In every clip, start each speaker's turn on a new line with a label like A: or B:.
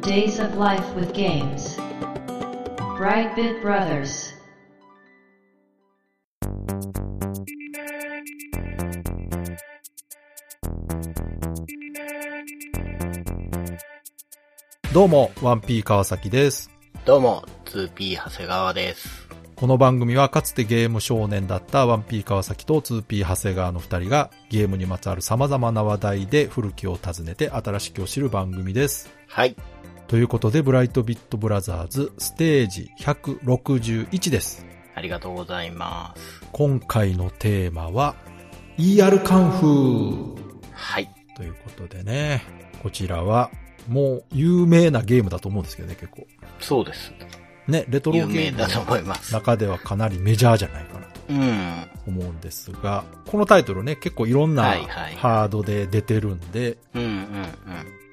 A: Days of Life with Games. Brightbit Brothers.
B: どうも、ワンピー川崎です。
C: どうも、2P 長谷川です。
B: この番組はかつてゲーム少年だったワンピー川崎と 2P 長谷川の二人がゲームにまつわる様々な話題で古きを訪ねて新しきを知る番組です。
C: はい。
B: ということで、ブライトビットブラザーズステージ161です。
C: ありがとうございます。
B: 今回のテーマは ER カンフー
C: はい。
B: ということでね、こちらはもう有名なゲームだと思うんですけどね、結構。
C: そうです。
B: ね、レトロゲ
C: 有
B: ー
C: 名
B: ム
C: だと
B: の
C: 思います。
B: 中ではかなりメジャーじゃないかなと。
C: うん。
B: 思うんですが、このタイトルね、結構いろんな
C: はいはい
B: ハードで出てるんで、
C: うんうんうん。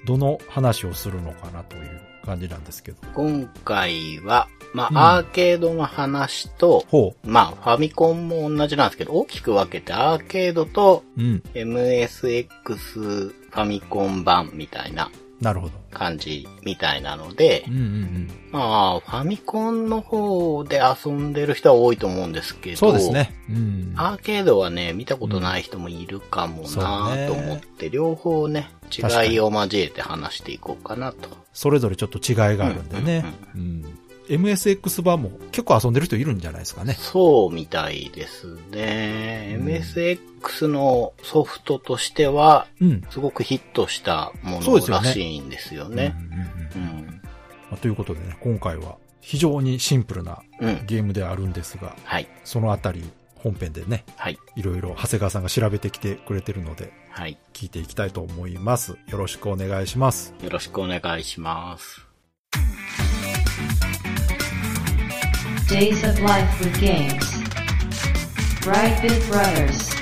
B: どの話をするのかなという感じなんですけど。
C: 今回は、ま
B: うん
C: あ、アーケードの話と、
B: ほ
C: まあ、ファミコンも同じなんですけど、大きく分けてアーケードと
B: う。うん。
C: MSX ファミコン版みたいな
B: なるほど。
C: 感じみたいなので
B: うん、うんうん。
C: まあ、ファミコンの方で遊んでる人は多いと思うんですけど、
B: そうですね。うん。
C: アーケードはね、見たことない人もいるかも
B: そう
C: な
B: ね
C: と思って、両方ね、
B: 確かに
C: 違いを交えて話していこうかなと。
B: それぞれちょっと違いがあるんでね。うん MSX 版も結構遊んでる人いるんじゃないですかね。
C: そうみたいですね。
B: うん
C: MSX のソフトとしては、
B: うん。
C: すごくヒットしたも
B: そうです
C: の
B: よ
C: ら
B: ね
C: しいんですよね
B: う。んうんうん
C: う
B: ま
C: ん。
B: あということでね、今回は非常にシンプルな
C: うん。
B: ゲームではあるんですが、
C: はい。
B: そのあたり本編でね、
C: はい。
B: いろいろ長谷川さんが調べてきてくれてるので、
C: はい。
B: 聞いていきたいと思います。よろしくお願いします。
C: よろしくお願いします。
A: Days of Life with Games. Brightbit Brothers.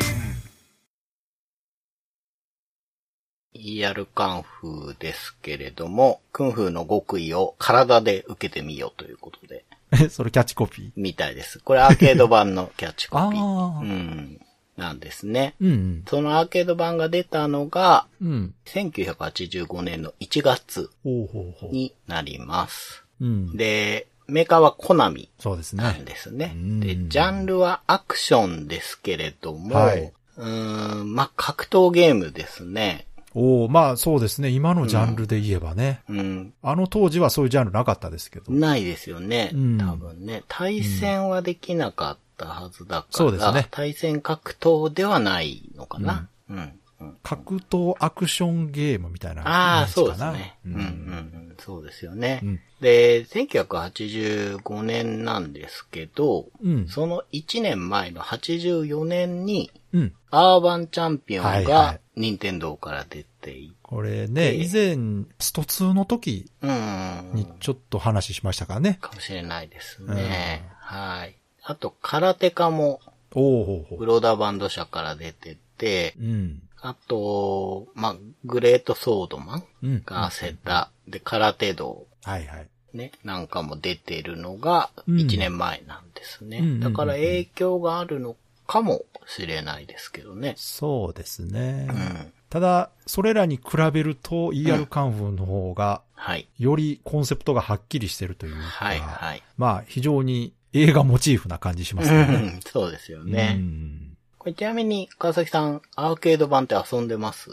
C: ER カンフーですけれども、カンフーの極意を体で受けてみようということで、
B: え、 それキャッチコピー
C: みたいです。これアーケード版のキャッチコピ ー。
B: あ
C: う。ん。なんですね。
B: うん
C: そのアーケード版が出たのが、
B: うん。うん。
C: 1985年の1月
B: ほうほうほ
C: になります。
B: う。うん。
C: で、メーカーはコナミ
B: そうです
C: な
B: ね
C: ん。ですね。
B: うん
C: で、ジャンルはアクションですけれども、
B: はいう
C: ーん、まあ、格闘ゲームですね。
B: おおまあそうですね。今のジャンルで言えばね。
C: うん、
B: あの当時はそういうジャンルなかったですけど。
C: ないですよね。
B: うん
C: 多分ね。対戦はできなかったはずだから、
B: そうですね
C: 対戦格闘ではないのかな。うんうん
B: 格闘アクションゲームみたいなイメ
C: ああ、
B: ージ
C: そう
B: か
C: です
B: な。
C: ね。うんうんうん、そうですよね。
B: うん
C: で、1985年なんですけど、
B: うん。うん。
C: その1年前の84年に、
B: うん。
C: アーバンチャンピオ
B: は
C: ン
B: いは
C: が
B: い、
C: 任天堂から出てい
B: これね、
C: ええ
B: 以前、スト2の時
C: て、うん、
B: にちょっと話しましたからね。
C: かもしれないですね。はい。あと、空手家も、
B: おおほうほ
C: ブローダーバンド社から出てて、
B: う。うん。
C: あと、まあ、グレートソードマン
B: うん。
C: がセタ、で、空手道
B: はいはい。
C: ね、なんかも出てるのが
B: うん
C: 1年前なんですね。
B: うんうんうん
C: だから影響があるのかもしれないですけどね。
B: そうですね。
C: うん。
B: ただ、それらに比べると ER カンフーの方が、
C: はい。
B: よりコンセプトがはっきりしてるというか、
C: はい、はい。
B: まあ、非常に映画モチーフな感じしますよね。
C: うん そうですよ
B: う
C: ね。
B: ん
C: これちなみに、川崎さん、アーケード版って遊んでます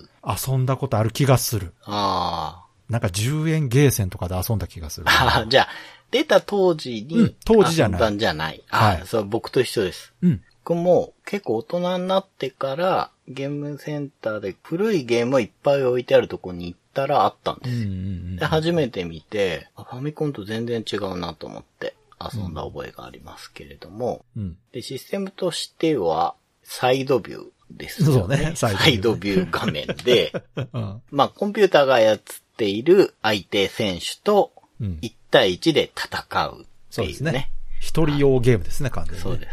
B: 遊んだことある気がする。
C: あ
B: なんか10円ゲーセンとかで遊んだ気がする
C: あ。。あーじゃあ、出た当時に、
B: うん当時じゃない
C: 遊んだんじゃない。
B: は
C: はいい。そう、僕と一緒です。
B: うん。
C: 僕も結構大人になってから、ゲームセンターで古いゲームをいっぱい置いてあるとこに行ったらあったんです
B: うんう
C: よ
B: ん
C: で、初めて見て、あファミコンと全然違うなと思って遊んだ覚えがありますけれども、
B: うん。うん。
C: で、システムとしては、サイドビューです
B: そう
C: よね。
B: ねサ
C: サ
B: イ
C: イ
B: ドビュー
C: ドビュー画面で、
B: うん。
C: まあ、コンピューターが操っている相手選手と
B: うん。
C: 1対1で戦うって
B: そうで
C: い
B: す
C: うね。
B: ね。一人用ゲームですね、完全にね。
C: そうです。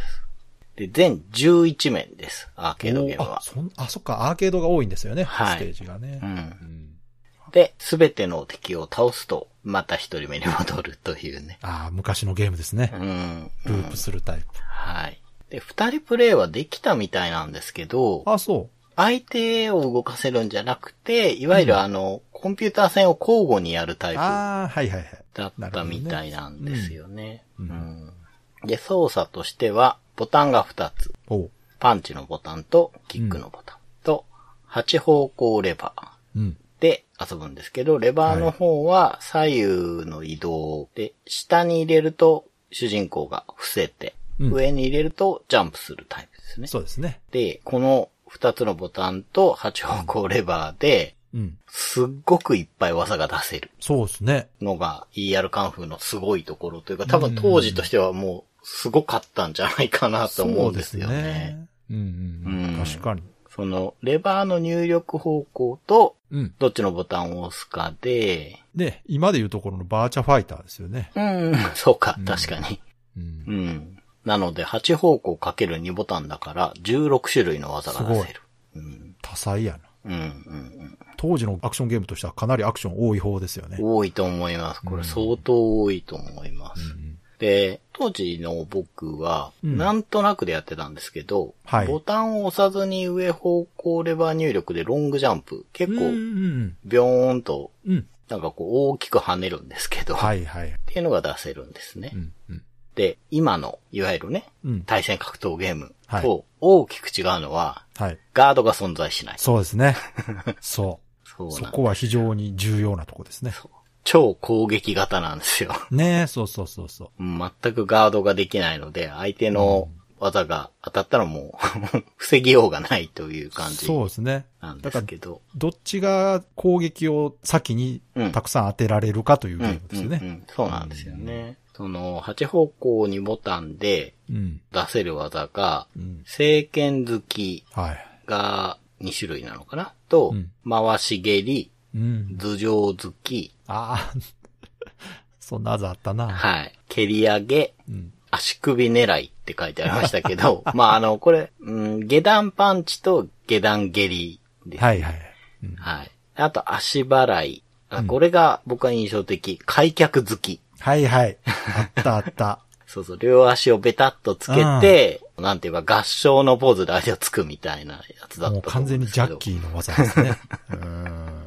C: で、全11面です。アーケードゲーム
B: おあ、
C: は。
B: そん、あ、そっか、アーケードが多いんですよね。
C: はい
B: ステージがね
C: う。。
B: うんん
C: で、すべての敵を倒すと、また一人目に戻るというね。
B: ああ、昔のゲームですね
C: う。ん。
B: ループするタイプ。
C: はい。で、二人プレイはできたみたいなんですけど、
B: あ、そう。
C: 相手を動かせるんじゃなくて、いわゆるあの、コンピューター戦を交互にやるタイプ
B: ああ、はいはいはい。
C: だったみたいなんですよね。
B: なるほど
C: うんで、操作としては、ボタンが2つ。
B: おう。
C: パンチのボタンとキックのボタンと、8方向レバー
B: うん。
C: で遊ぶんですけど、レバーの方は左右の移動で、下に入れると主人公が伏せて、
B: うん
C: 上に入れるとジャンプするタイプですね。
B: そうですね。
C: で、この2つのボタンと8方向レバーで、
B: うん。
C: すっごくいっぱい技が出せる。
B: そうですね。
C: のが ER カンフーのすごいところというか、多分当時としてはもうすごかったんじゃないかなと思うんですよね。そ
B: そうですね。うんうんうん。
C: うん
B: 確かに。
C: の、レバーの入力方向と、
B: うん。
C: どっちのボタンを押すかで、
B: で、今で言うところのバーチャファイターですよね。
C: うん、そうか
B: うん、
C: 確かに。
B: うん
C: う。ん。なので、8方向かける2ボタンだから、16種類の技が出せる。うん、
B: 多彩やな。
C: うん、うん
B: 当時のアクションゲームとしてはかなりアクション多い方ですよね
C: うん。。多いと思います。これ相当多いと思います。
B: うん
C: で、当時の僕は、
B: うん
C: なんとなくでやってたんですけど、
B: はい
C: ボタンを押さずに上方向レバー入力でロングジャンプ、結
B: うん
C: 構、
B: うん
C: ビョーンと、
B: うん。うん。
C: なんかこう大きく跳ねるんですけど、
B: は
C: っ
B: いはい。
C: ていうのが出せるんですね。
B: うんうん。
C: で、今の、いわゆるね、
B: うん。
C: 対戦格闘ゲーム
B: はい
C: と大きく違うのは、
B: はい。
C: ガードが存在しない。
B: そうです ね。そ。
C: そうう
B: そ
C: なん
B: こは非常に重要なとこですね。
C: 超攻撃型なんですよ。
B: ねえ、そうそうそうそ
C: 全くガードができないので、相手の技が当たったらも う、防ぎようがないという
B: う。
C: 感じ
B: そうですね。
C: なんですけど。
B: どっちが攻撃を先に
C: うん
B: たくさん当てられるかというゲームですよ
C: うんうんう
B: ね。
C: んそうなんですよね。その、8方向にボタンで
B: うん。
C: 出せる技が、
B: うん。
C: 聖剣好き
B: はい。
C: が2種類なのかなと、
B: うん
C: 回し蹴り、
B: うん。
C: 頭上好き、
B: ああ、 そんなあざあったな。
C: はい、蹴り上げ、
B: うん。
C: 足首狙いって書いてありましたけ ど、まあ、あの、これ、うん、下段パンチと下段蹴りです。
B: はいはい。うん
C: はい。あと、足払い。あ
B: うん
C: これが僕は印象的。開脚好き。
B: はいはい。あったあ った。
C: そうそう、両足をベタッとつけて、なんていうか合唱のポーズで足をつくみたいなやつだったと思うん
B: もう
C: ですけど。
B: 完全にジャッキーの技です ね。うーん。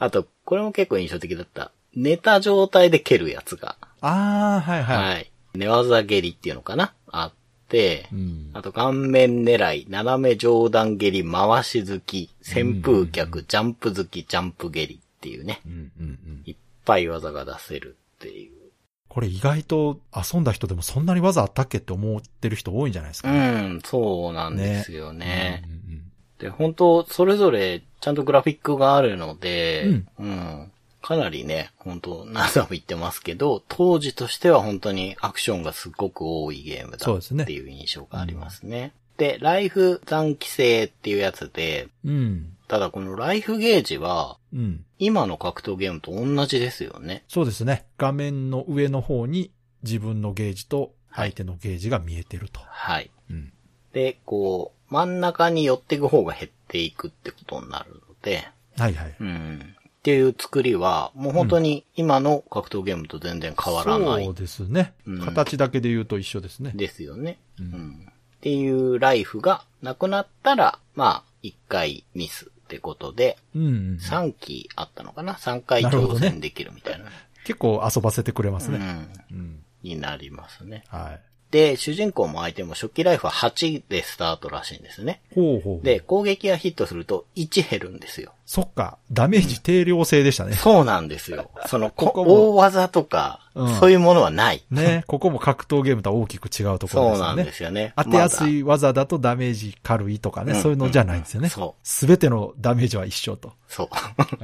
C: あと、これも結構印象的だった。寝た状態で蹴るやつが。
B: ああ、はい
C: はい。
B: はい。
C: 寝技蹴りっていうのかなあって、
B: うん。
C: あと顔面狙い、斜め上段蹴り、回し好き、扇風脚、ジャンプ好き、ジャンプ蹴りっていうね。
B: うんうんうん。
C: いっぱい技が出せるっていう。
B: これ意外と遊んだ人でもそんなに技あったっけって思ってる人多いんじゃないです
C: う
B: か。
C: ん、そうなんですよね
B: うんうん
C: で、本当それぞれちゃんとグラフィックがあるので、
B: うん
C: うんかなりね、本当何度も言ってますけど、当時としては本当にアクションがすごく多いゲームだ
B: そうですね
C: っていう印象がありますね。でライフ残機制っていうやつで、
B: うん。うん。
C: ただこのライフゲージは、
B: うん。
C: 今の格闘ゲームと同じですよね。
B: そうですね。画面の上の方に自分のゲージと相手のゲージが見えてると。
C: はい。
B: うん。
C: で、こう、真ん中に寄っていく方が減っていくってことになるので、
B: はいはい。
C: うん。っていう作りは、もう本当に今の格闘ゲームと全然変わらな
B: そう
C: い
B: ですね
C: う。ん
B: 形だけで言うと一緒ですね。
C: ですよね。
B: う
C: うんん。っていうライフがなくなったら、まあ、一回ミスってことで、
B: うんうん。
C: 3期あったのかな ?3 回
B: なるほ
C: 挑
B: どね
C: 戦できるみたいな。
B: 結構遊ばせてくれますね。
C: うん。
B: うん。
C: になりますね。
B: はい。
C: で、主人公も相手も初期ライフは8でスタートらしいんですね。
B: ほうほう。
C: で、攻撃がヒットすると1減るんですよ。
B: そっか、ダメージ定量制でしたね。
C: そうなんですよ。その、
B: ここも
C: 大技とか、
B: うん
C: そういうものはない。
B: ね、ここも格闘ゲームとは大きく違うところ
C: そ
B: で
C: う
B: す
C: な
B: よ
C: ん
B: ね。
C: ですよね。
B: 当てやす
C: まだ。
B: い技だとダメージ軽いとかね、
C: うん
B: そういうのじゃないんですよね。
C: そ
B: すべてのダメージは一緒と。
C: そう。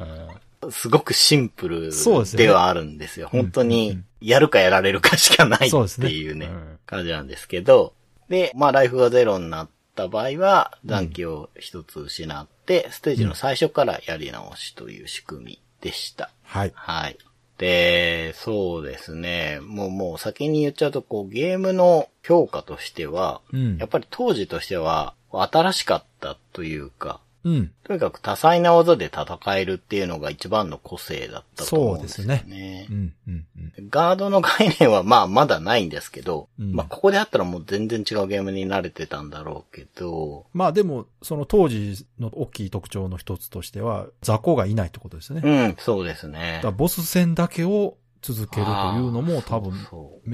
B: うん
C: すごくシンプル
B: そうですよね
C: ではあるんですよ。本当
B: うんうん
C: に、やるかやられるかしかないっ
B: そうですね
C: ていうね
B: うん、
C: 感じなんですけど、で、まあ、ライフがゼロになった場合は、残機を一つ失って、ステージの最初からやり直しという仕組みでした。
B: はい。
C: はい。で、そうですね。もうもう先に言っちゃうと、こう、ゲームの評価としては、
B: うん
C: やっぱり当時としては、新しかったというか、
B: うん。
C: とにかく多彩な技で戦えるっていうのが一番の個性だったと思うんですよね。
B: そうでうん、うん、うん。
C: ガードの概念はまあまだないんですけど、
B: うん
C: まあここであったらもう全然違うゲームに慣れてたんだろうけど、
B: まあでも、その当時の大きい特徴の一つとしては、雑魚がいないってことですよね。
C: う
B: だ
C: ん、そうですね
B: から。ボス戦だけを続けるというのも多分
C: あー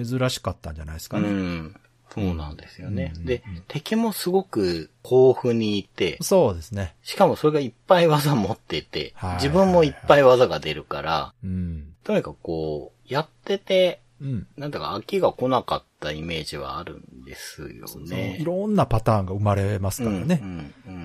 C: そ
B: 珍しかったんじゃないです
C: うそ
B: か
C: うう
B: ね。
C: ん、そうなんですよね。
B: うん
C: で
B: うん、
C: 敵もすごく豊富にいて、
B: そうですね。
C: しかもそれがいっぱい技持ってて
B: はい、
C: 自分もいっぱい技が出るから、
B: うん。
C: とにかくこう、やってて、
B: うん。
C: なんだか飽きが来なかったイメージはあるんですよ
B: その
C: ね。
B: いろんなパターンが生まれますから
C: う
B: ね。
C: んうんう
B: うん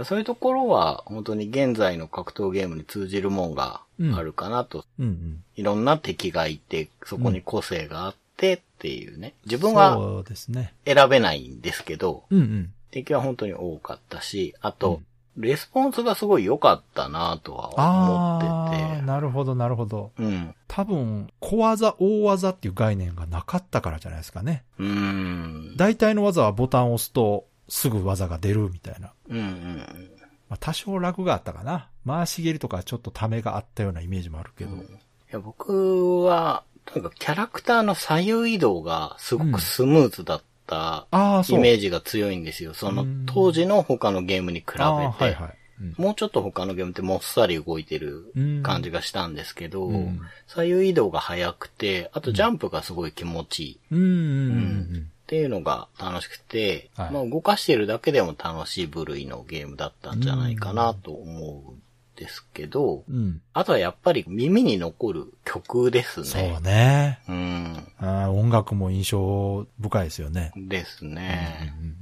B: ん。
C: そういうところは、本当に現在の格闘ゲームに通じるもんがあるかなと、
B: うん、うん。
C: いろんな敵がいて、そこに個性があってっていうね。自分は
B: そうですね。
C: 選べないんですけど、
B: うん、うん。
C: 敵は本当に多かったし、あと、レスポンスがすごい良かったなとは
B: ああ
C: 思って
B: ー、
C: て。
B: なるほど、なるほど。
C: うん。
B: 多分、小技、大技っていう概念がなかったからじゃないですかね。
C: うーん。
B: 大体の技はボタンを押すとすぐ技が出るみたいな。
C: うんうん
B: まあ、多少ラグがあったかな。回し蹴りとかちょっとためがあったようなイメージもあるけど。
C: いや僕は、とにかくキャラクターの左右移動がすごくスムーズだった
B: ああ、
C: イ
B: そう。
C: メ
B: ジ
C: ージが強いんですよ。その
B: うん
C: 当時の他のゲームに比べて、
B: はいはい。うん
C: もうちょっと他のゲームってもっさり動いてる感じがしたんですけど、
B: うん
C: 左右移動が速くて、あとジャンプがすごい気持ちいい。
B: うんうんうん
C: っていうのが楽しくて、
B: はい
C: まあ動かしてるだけでも楽しい部類のゲームだったんじゃないかなと思うんですけど、
B: うん。うん。
C: あとはやっぱり耳に残る曲ですね。
B: そうね。
C: うん。
B: あー音楽も印象深いですよね。
C: です
B: うん
C: ね。
B: うん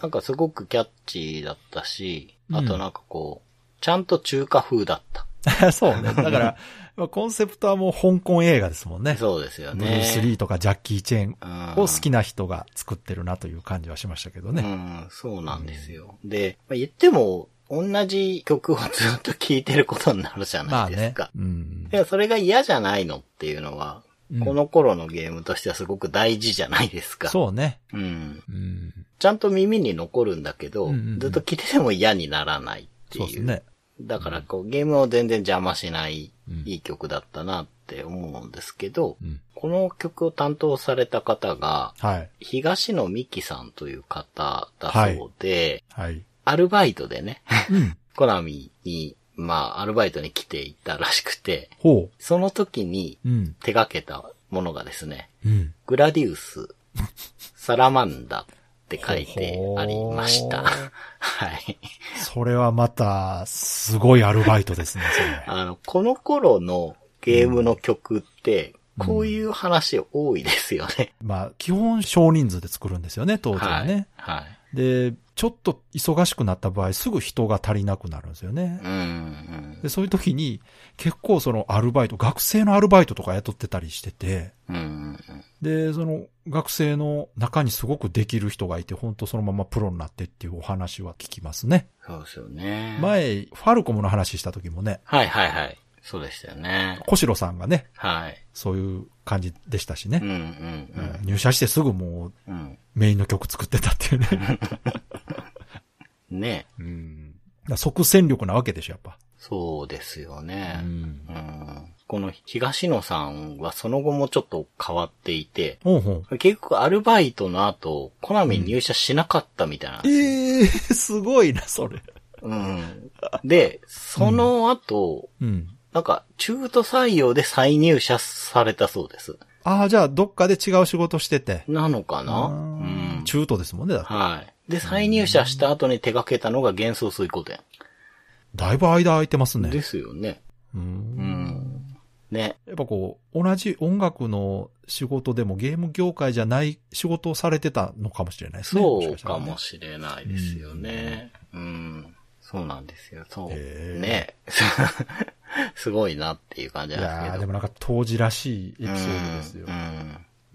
C: なんかすごくキャッチーだったし、
B: うん
C: あとなんかこう、ちゃんと中華風だった。
B: うん そうね。だから、まあコンセプトはもう香港映画ですもんね。
C: そうですよね。
B: ブルース・リーとかジャッキー・チェーン
C: うん
B: を好きな人が作ってるなという感じはしましたけどね。
C: うん、そうなんですよ。で、まあ、言っても、同じ曲をずっと聴いてることになるじゃ
B: ま
C: な
B: あ
C: いです
B: ね
C: か。。
B: うん
C: でもそれが嫌じゃないのっていうのは、
B: うん
C: この頃のゲームとしてはすごく大事じゃないですか。
B: そうね。
C: う。ん。
B: うん。
C: ちゃんと耳に残るんだけど、
B: うんうんうん
C: ずっと聴いてても嫌にならないって
B: そうで
C: い
B: す
C: う。
B: ね。
C: だからこう、ゲームを全然邪魔しない、
B: うん
C: いい曲だったなって思うんですけど、
B: うん。
C: この曲を担当された方が、
B: はい。
C: 東野美紀さんという方だそうで、
B: はい。
C: アルバイトでね、
B: うん。
C: コナミに、まあ、アルバイトに来ていたらしくて、
B: ほ
C: その時に
B: う。うん。
C: 手掛けたものがですね、
B: うん。
C: グラディウス、サラマンダって書いてありました
B: ほほー。
C: はい。
B: それはまた、すごいアルバイトですね、そ れ。
C: あの、この頃のゲームの曲って、こういう話多いですよね。
B: まあ、基本少人数で作るんですよね、当時は
C: は
B: ね。
C: い。はい。
B: で、ちょっと忙しくなった場合、すぐ人が足りなくなるんですよね
C: う。ん
B: で、そういう時に、結構そのアルバイト、学生のアルバイトとか雇ってたりしてて、
C: うん。うんうん
B: で、その学生の中にすごくできる人がいて、本当そのままプロになってっていうお話は聞きますね。
C: そうですよね。
B: 前、ファルコムの話した時もね、
C: はいはいはい。そうでしたよね。
B: 小城さんがね、
C: はい。
B: そういう感じでしたし
C: うん
B: ね。
C: うん
B: うん入社してすぐもう
C: うん。うん。
B: メインの曲作ってたっていうね。
C: ね
B: うん、即戦力なわけでしょ、やっぱ。
C: そうですよ
B: う
C: ね。
B: ん、
C: うんこの東野さんはその後もちょっと変わっていて、
B: ほうほ
C: 結局アルバイトの後、コナミに入社しなかったみたいなん
B: う。
C: ですよ。
B: ええすごいな、それ。
C: うん。で、その後、
B: うん。
C: なんか中途採用で再入社されたそうです。
B: ああ、じゃあ、どっかで違う仕事してて。
C: なのかな
B: あ
C: う
B: ー
C: ん。
B: 中途ですもんね、だって。
C: はい。で、再入社した後に手掛けたのが幻想水湖店。
B: だいぶ間空いてますね。
C: ですよね。
B: う
C: うんん。ね。
B: やっぱこう、同じ音楽の仕事でもゲーム業界じゃない仕事をされてたのかもしれないですね。
C: そうかも
B: し
C: しれないですよね。うん。そうなんですよ。そう。
B: へー
C: ね。 すごいなっていう感じ
B: れない
C: な
B: い
C: んで
B: や
C: すけ
B: ー
C: ど。
B: でもなんか当時らしいエピ
C: う
B: ソ
C: ん、
B: ードですよ。
C: うん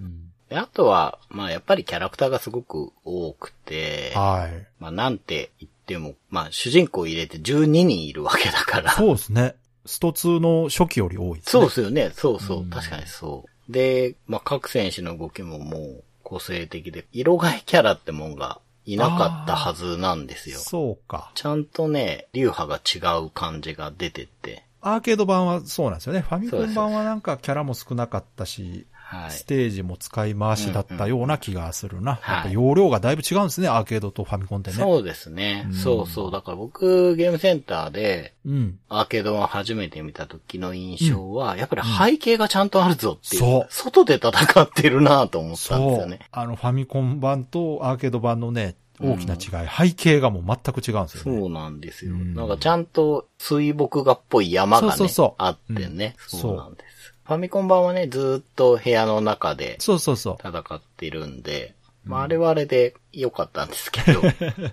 B: うん
C: であとは、まあやっぱりキャラクターがすごく多くて、
B: はい。
C: まあなんて言っても、まあ主人公入れて12人いるわけだから。
B: そうですね。スト2の初期より多いです
C: そう
B: ね。
C: で。すよね。そうそうう。
B: ん
C: 確かにそう。で、まあ、各選手の動きももう個性的で、色替えキャラってもんがいなかったはずなんですよ。
B: そうか。
C: ちゃんとね、流派が違う感じが出てて、
B: アーケード版はそうなんですよね。ファミコン版はなんかキャラも少なかったし、
C: はい。
B: ステージも使い回しだったような気がするな。
C: うん
B: やっぱ容量がだいぶ違うんですね、アーケードとファミコンってね。
C: そうですね
B: うん。
C: そうそう。だから僕、ゲームセンターで、
B: うん。
C: アーケードを初めて見た時の印象は、やっぱり背景がちゃんとあるぞっていう。
B: そう
C: 外で戦ってるなぁと思ったんです
B: そ
C: よ
B: う
C: ね。。
B: あの、ファミコン版とアーケード版のね、大きな違い、背景がもう全く違うんです
C: そ
B: よね。
C: うなんですよ。
B: うん
C: なんかちゃんと水墨画っぽい山がね、
B: そうそうそう
C: あってね、
B: うん
C: そうなんです。ファミコン版はね、ずーっと部屋の中で
B: そうそうそう
C: 戦ってるんで、まああれはあれで良かったんですけ ど、や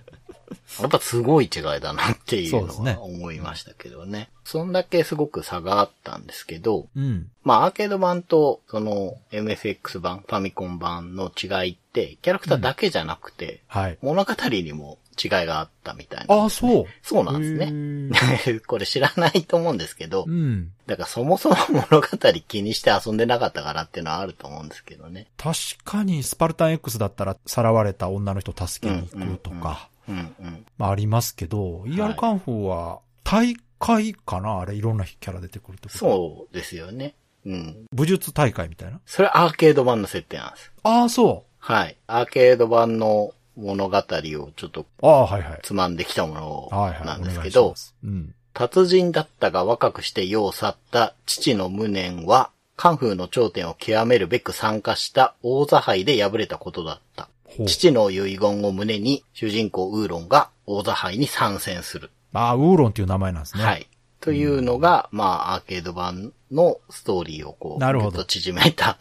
C: っぱすごい違いだなっていう
B: そう
C: の
B: ですね
C: は思いましたけどね。そんだけすごく差があったんですけど、
B: うん。
C: まあ、アーケード版と、その、MFX 版、ファミコン版の違いって、キャラクターだけじゃなくて、
B: はい。
C: 物語にも違いがあったみたいな。
B: ああ、そう。
C: そうなんです
B: へ
C: ね
B: ー。
C: これ知らないと思うんですけど
B: う、ん。
C: だからそもそも物語気にして遊んでなかったからっていうのはあると思うんですけどね。
B: 確かに、スパルタン X だったら、さらわれた女の人助けに行くと
C: うんうんうん
B: か、
C: うんうん。
B: まあありますけど、ER カンフーは、大会かなあれ、いろんなキャラ出てくるってこと。う。
C: そうですよね。うん。
B: 武術大会みたいな。
C: それアーケード版の設定なんです。
B: ああ、そ
C: はい。アーケード版の物語をちょっと
B: う。ああ、はいはい。
C: つまんできたもの
B: はいはい。
C: なん
B: お
C: です
B: 願
C: け
B: いし
C: ど
B: ま、すうん。
C: 達人だったが若くして世を去った父の無念は、カンフーの頂点を極めるべく参加した王座杯で敗れたことだった。
B: ほう。
C: 父の遺言を胸に、主人公ウーロンが王座杯に参戦する。
B: ああ、ウーロンっていう名前なんですね。
C: は。い。というのが、まあ、アーケード版のストーリーをこう、
B: なるほ
C: ぐ
B: ど
C: っと縮めた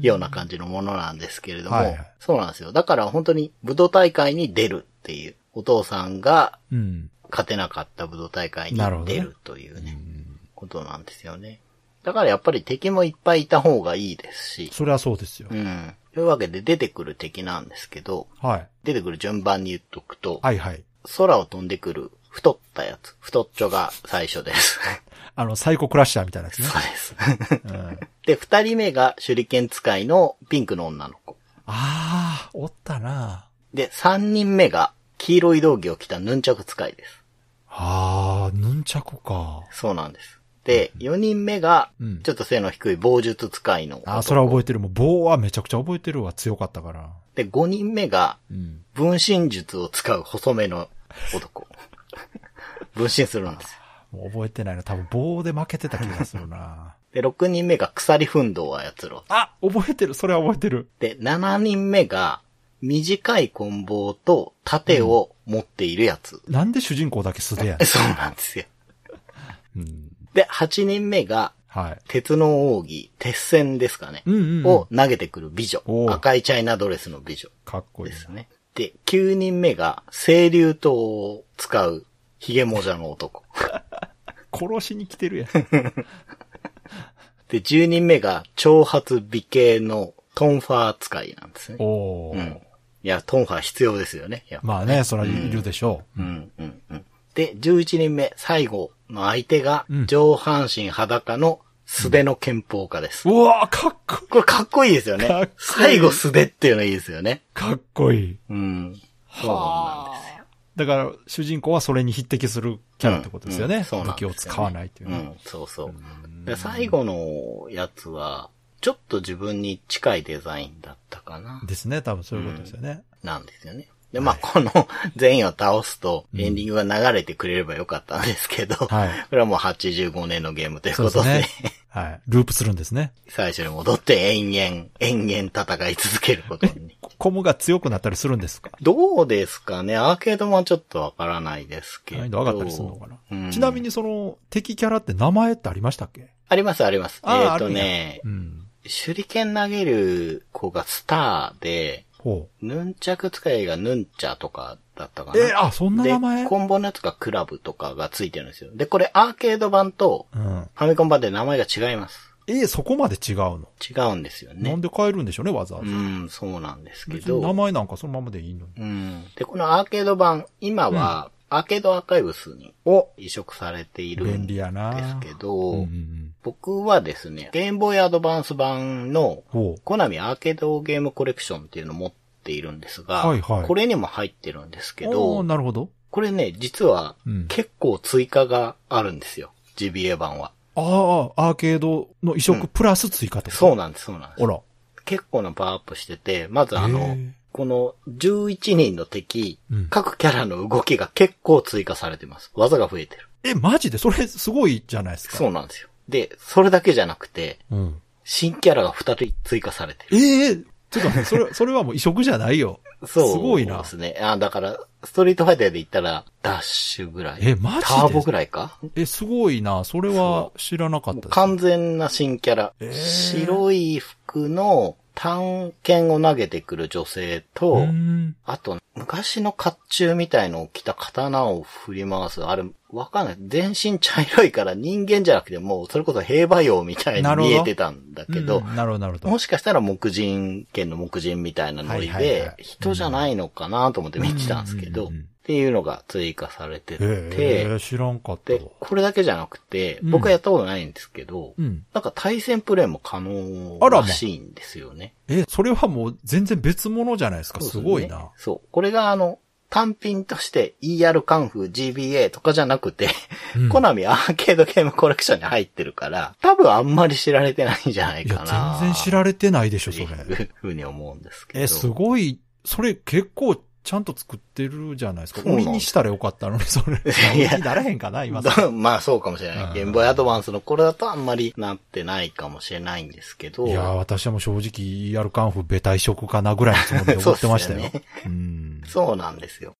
C: ような感じのものなんですけれども、
B: はいはい
C: そうなんですよ。だから本当に武道大会に出るっていう、お父さんが
B: うん。
C: 勝てなかった武道大会に
B: なるほどね
C: 出るというね、ことなんですよね。だからやっぱり敵もいっぱいいた方がいいですし、
B: そりゃそうですよ
C: う。ん。というわけで出てくる敵なんですけど、
B: はい。
C: 出てくる順番に言っとくと、
B: はいはい。
C: 空を飛んでくる太ったやつ、太っちょが最初です。
B: あの、サイコクラッシャーみたいなやつね
C: そ。うです。
B: うん。
C: で、二人目が手裏剣使いのピンクの女の子。
B: ああ、おったな。
C: で、三人目が黄色い道着を着たヌンチャク使いです。
B: ああ、ヌンチャクか。
C: そうなんです。で、四人目が
B: うん、
C: ちょっと背の低い棒術使いの男。
B: ああ、それは覚えてる。もう棒はめちゃくちゃ覚えてるわ。強かったから。
C: で、5人目が、
B: うん。
C: 分身術を使う細めの 男。分身するんですよ。
B: もう覚えてないな。多分棒で負けてた気がするな。
C: で、6人目が鎖奮闘を操ろう。
B: あ覚えてる。それは覚えてる。
C: で、7人目が、短い棍棒と盾を持っているやつ。
B: なんで主人公だけ素手や
C: えそうなんですよ。
B: ねん。うん。
C: で、8人目が、
B: はい。
C: 鉄の奥義、鉄線ですかね。
B: うんうんうん。
C: を投げてくる美女
B: お。う
C: 赤いチャイナドレスの美女
B: かっこいい
C: で
B: な。
C: すね。で、9人目が、清流刀を使う、ヒゲもじゃの男。
B: 殺しに来てるやん。
C: で、10人目が、長髪美形のトンファー使いなんですね。
B: おお、
C: うん。いや、トンファー必要ですよね。やっぱ
B: まあね、それはいるでしょう。
C: うん、うん、うん。で、11人目、最後の相手が
B: うん、
C: 上半身裸の素手の憲法家です。
B: うわーかっこ、
C: これかっこいいですよね
B: かっこいい。
C: 最後素手っていうのいいですよね。
B: かっこいい。
C: うん。そうなんですよ。
B: だから、主人公はそれに匹敵するキャラってことですよね。
C: うんうんそうなん
B: 武
C: です
B: 器を
C: よね
B: 使わないという
C: う
B: ね。
C: ん、そうそう。で最後のやつは、ちょっと自分に近いデザインだったかな。
B: ですね。多分そういうことですよね。
C: なんですよね。で、まあ、この全員を倒すと、エンディングが流れてくれればよかったんですけど、
B: はい
C: これはもう85年のゲームという
B: そう
C: こ
B: です
C: とで、
B: ね。はい。ループするんですね。
C: 最初に戻って延々、延々戦い続けることに。
B: こコムが強くなったりするんですか
C: どうですかねアーケードもちょっとわからないですけど。
B: 難易度上がったりするのかな、
C: うん
B: ちなみにその敵キャラって名前ってありましたっけ
C: ありますあります。えっ、
B: あー
C: とね
B: う、ん。
C: 手裏剣投げる子がスターで、
B: ほ
C: ヌンチャク使いがヌンチャとかだったか
B: う。
C: な。
B: えーあ、そんな名前
C: で、コンボのやつがクラブとかがついてるんですよ。で、これアーケード版と
B: うん。
C: ファミコン版で名前が違います。
B: えーそこまで違うの、
C: 違うんですよ
B: な
C: ね
B: ん。で変えるんでしょうね、わざわ
C: う
B: ざ。
C: ん、そうなんですけ
B: 別に名
C: ど。
B: 前なんかそのままでいいのに。
C: うん。で、このアーケード版、今は、アーケードアーカイブスに
B: お
C: 移植されている
B: 便
C: ん
B: 利
C: です
B: やな
C: けど、
B: うんうんうん、
C: 僕はですね、ゲームボーイアドバンス版の
B: ほう。
C: コナミアーケードゲームコレクションっていうのを持ってっているんですが、
B: はいはい
C: これにも入ってるんですけ
B: おー
C: ど、
B: なるほど。
C: これね、実は
B: うん
C: 結構追加があるんですよ。ジビエ版は。
B: ああ、アーケードの移植プラス追加ってこと
C: そうなんです、そうなんです
B: ほ。ら。
C: 結構なパワーアップしてて、まずあ
B: へ
C: の
B: ー、
C: この11人の敵、
B: うん
C: 各キャラの動きが結構追加されてます。技が増えてる。
B: え、マジでそれすごいじゃないですか。
C: そうなんですよ。で、それだけじゃなくて、
B: うん。
C: 新キャラが2人追加されてる。
B: ええちょっと待って、それ、それはもう移植じゃないよ。
C: そう。
B: すごいな
C: ですね。あ、だから、ストリートファイターで言ったら、ダッシュぐらい。
B: えマジで
C: ターボぐらいか
B: え、すごいな。それは知らなかった
C: もう
B: です。
C: 完全な新キャラ。
B: えー
C: 白い服の探検を投げてくる女性と、
B: うーん
C: あと、昔の甲冑みたいのを着た刀を振り回す。あれ、わかんない。全身茶色いから人間じゃなくてもう、それこそ兵馬俑みたい
B: なるほ
C: に見
B: ど
C: えてたんだけ
B: う
C: ど、
B: んなるほど、なるほど
C: も。しかしたら木人、剣の木人みたいなノリ
B: はいはいはい
C: で、人じゃないのかなと思って見てたんですけど、
B: う
C: っ
B: んうんうん
C: ていうのが追加されて
B: ええ
C: て、
B: 知らんかったわ
C: で、これだけじゃなくて、
B: うん
C: 僕はやったことないんですけど、
B: うん。
C: なんか対戦プレイも可能
B: あらま
C: らしいんですよね。
B: え、それはもう全然別物じゃないですか。す
C: そうで
B: ご
C: ね
B: いな。
C: そう。これがあの、単品として ER カンフー GBA とかじゃなくて、
B: うん
C: コナミアーケードゲームコレクションに入ってるから、多分あんまり知られてないんじゃない
B: いや
C: かな。、
B: 全然知られてないでしょ、それ。
C: っていうふうに思うんですけど。
B: え、すごい。それ結構ちゃんと作ってるじゃないですか。
C: そうなんで
B: 鬼
C: す
B: にしたらよかったのに、それ。
C: いや
B: 鬼にならへんかな、今。
C: どまあそうかもしれ
B: うん
C: ない。ゲームボーイアドバンスの頃だとあんまりなってないかもしれないんですけど。
B: いやー、私はもう正直 ER カンフベタ移植かなぐらいのつもりで思ってましたよ。
C: そうっすよ
B: うん。
C: そうなんですよ。